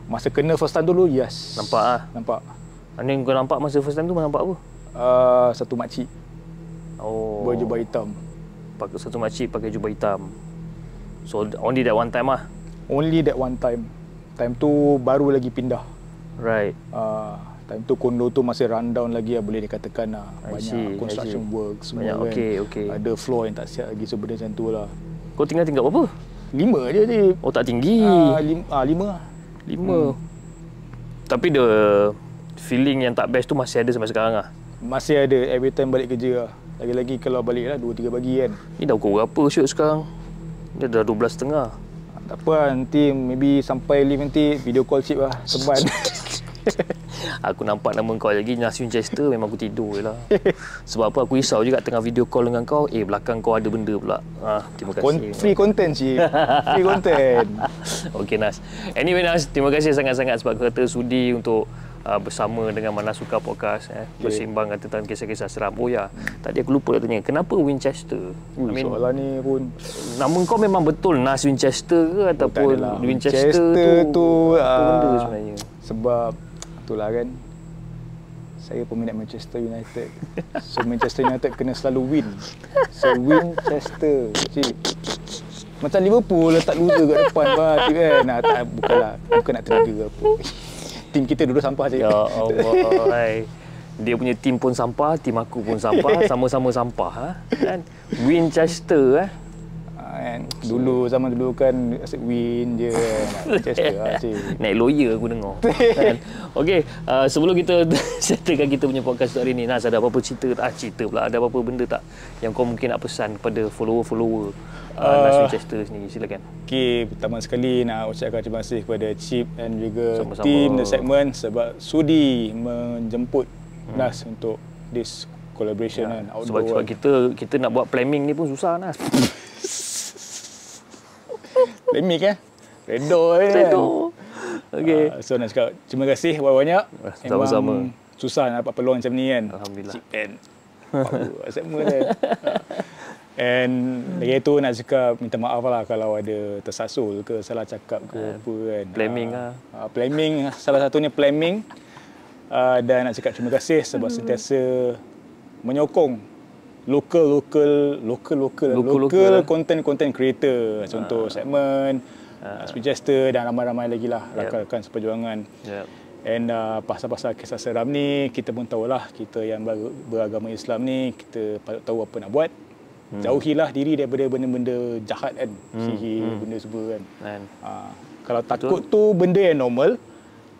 Speaker 2: Masa kena first time dulu, yes.
Speaker 1: Nampak ah.
Speaker 2: Nampak.
Speaker 1: Anda yang kau nampak masa first time tu nampak apa?
Speaker 2: Uh, satu makcik
Speaker 1: Oh.
Speaker 2: oh. berjubah hitam.
Speaker 1: pakai satu makcik pakai jubah hitam. So only that one time ah.
Speaker 2: Only that one time. Time tu baru lagi pindah.
Speaker 1: Right.
Speaker 2: Uh, time tu kondo tu masih rundown lagi lah, boleh dikatakan lah.
Speaker 1: I
Speaker 2: Banyak
Speaker 1: see, I
Speaker 2: construction
Speaker 1: see.
Speaker 2: work semua
Speaker 1: Banyak,
Speaker 2: kan.
Speaker 1: okey, okey.
Speaker 2: Ada floor yang tak siap lagi so benda macam tu lah.
Speaker 1: Kau tinggal tingkat berapa?
Speaker 2: Lima je je.
Speaker 1: Oh tak tinggi.
Speaker 2: Ah, lim, ah, lima lah.
Speaker 1: Lima. Hmm. Tapi the feeling yang tak best tu masih ada sampai sekarang lah.
Speaker 2: Masih ada every time balik kerja lah. Lagi-lagi kalau balik lah 2-3 pagi kan.
Speaker 1: Ni dah pukul berapa shoot sekarang? Dia dah 12.30.
Speaker 2: Ah, Tak apa lah, nanti maybe sampai live nanti video call chip lah. Teman.
Speaker 1: [LAUGHS] Aku nampak nama kau lagi Nas Winchester memang aku tidur je
Speaker 2: [LAUGHS]
Speaker 1: lah. Sebab apa aku risau juga tengah video call dengan kau, eh belakang kau ada benda pula. Ah, terima kasih.
Speaker 2: Kon- free content cip. Free
Speaker 1: [LAUGHS]
Speaker 2: content.
Speaker 1: Okey Nas. Anyway Nas, terima kasih sangat-sangat sebab kau kata sudi untuk uh, bersama dengan Manasuka Podcast eh. Bersembang yeah. tentang kisah-kisah seram. Oh ya, tadi aku lupa nak tanya. Kenapa Winchester?
Speaker 2: Ui, soalan ni pun
Speaker 1: nama kau memang betul Nas Winchester ke
Speaker 2: Tak
Speaker 1: ataupun
Speaker 2: adalah.
Speaker 1: Winchester,
Speaker 2: tu
Speaker 1: apa
Speaker 2: ah,
Speaker 1: benda sebenarnya?
Speaker 2: Sebab itulah kan saya peminat Manchester United. So Manchester United kena selalu win. So Winchester. Cik. Macam Liverpool letak loser kat depan bah, cik, kan. Nah, tak bukanlah bukan nak trigger ke apa. Tim kita dulu sampah cik.
Speaker 1: Ya Allah. hai. Dia punya tim pun sampah, tim aku pun
Speaker 2: [LAUGHS]
Speaker 1: sampah, sama-sama sampah ha? kan. Winchester eh.
Speaker 2: Ah, kan? Dulu zaman dulu kan asyik win je kan. Manchester lah cik.
Speaker 1: Naik lawyer aku
Speaker 2: [LAUGHS]
Speaker 1: dengar. kan? Okey, uh, sebelum kita [LAUGHS] settlekan kita punya podcast hari ni, Nas ada apa-apa cerita tak? Ah, cerita pula. Ada apa-apa benda tak yang kau mungkin nak pesan kepada follower-follower uh,
Speaker 2: Ah.
Speaker 1: Nas Winchester sendiri? Silakan.
Speaker 2: Okay, pertama sekali nak ucapkan terima kasih kepada Chip dan juga
Speaker 1: Sama-sama.
Speaker 2: team The Segment sebab sudi menjemput hmm. Nas untuk this collaboration yeah. and
Speaker 1: Sebab,
Speaker 2: outdoor.
Speaker 1: sebab kita kita nak buat planning ni pun susah Nas.
Speaker 2: Lemik eh? Redo eh. [LAUGHS]
Speaker 1: Tedoh. Okey.
Speaker 2: Uh, so nak cakap terima kasih banyak-banyak.
Speaker 1: Ah, Sama-sama.
Speaker 2: Memang Susah nak dapat peluang macam ni kan.
Speaker 1: Alhamdulillah.
Speaker 2: Chip and power [LAUGHS] segment kan. Ah. And lagi tu nak cakap minta maaf lah kalau ada tersasul ke salah cakap ke apa kan.
Speaker 1: blaming
Speaker 2: Ah,
Speaker 1: Ah, lah.
Speaker 2: ah, Blaming salah satunya blaming. Uh, dan nak cakap terima kasih sebab sentiasa menyokong local local local local
Speaker 1: Local-
Speaker 2: local,
Speaker 1: local,
Speaker 2: local
Speaker 1: eh.
Speaker 2: content-content creator
Speaker 1: Ah.
Speaker 2: contoh segmen uh, Speedchester dan ramai-ramai lagi lah
Speaker 1: Yep.
Speaker 2: rakan-rakan seperjuangan
Speaker 1: Yep.
Speaker 2: and uh, pasal-pasal kisah seram ni kita pun tahulah kita yang ber- beragama Islam ni kita patut tahu apa nak buat hmm. jauhilah diri daripada benda-benda jahat kan
Speaker 1: Hmm,
Speaker 2: sihir benda semua kan
Speaker 1: Kan.
Speaker 2: uh, kalau takut tu benda yang normal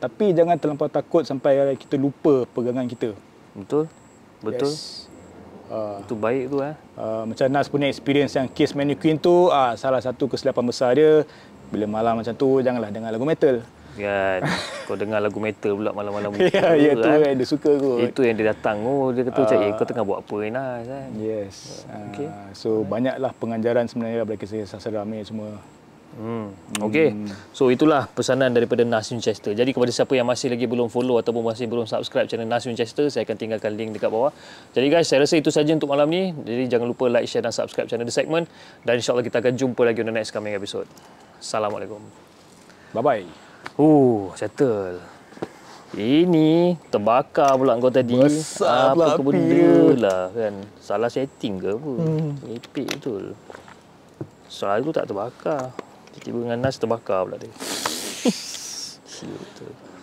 Speaker 2: tapi jangan terlampau takut sampai kita lupa pegangan kita
Speaker 1: Betul? Betul?
Speaker 2: yes. uh,
Speaker 1: Itu baik tu eh.
Speaker 2: Uh, macam Nas punya experience yang case mannequin tu uh, salah satu kesilapan besar dia bila malam macam tu janganlah dengar lagu metal. [LAUGHS]
Speaker 1: Kan. Kau dengar lagu metal pula malam-malam.
Speaker 2: Ya, ya tu
Speaker 1: kan?
Speaker 2: kan dia suka kot.
Speaker 1: Itu yang dia datang. Oh, dia kata macam, eh kau tengah buat apa ni Nas kan?
Speaker 2: Yes. Uh,
Speaker 1: Okay.
Speaker 2: okay. So banyaklah pengajaran sebenarnya lah, daripada kisah-kisah seram ni semua.
Speaker 1: Hmm. Okey. So itulah pesanan daripada Nas Winchester. Jadi kepada siapa yang masih lagi belum follow ataupun masih belum subscribe channel Nas Winchester, saya akan tinggalkan link dekat bawah. Jadi guys, saya rasa itu saja untuk malam ni. Jadi jangan lupa like, share dan subscribe channel The Segment dan insya-Allah kita akan jumpa lagi on the next coming episode. Assalamualaikum.
Speaker 2: Bye-bye.
Speaker 1: Uh, settle. Ini terbakar pula kau tadi.
Speaker 2: Besar
Speaker 1: Apa
Speaker 2: pula api
Speaker 1: ke benda
Speaker 2: dia.
Speaker 1: lah kan. Salah setting ke apa? Hmm. Lepek betul. Selalu tak terbakar. Tiba-tiba dengan Nas terbakar pula dia. Sial betul.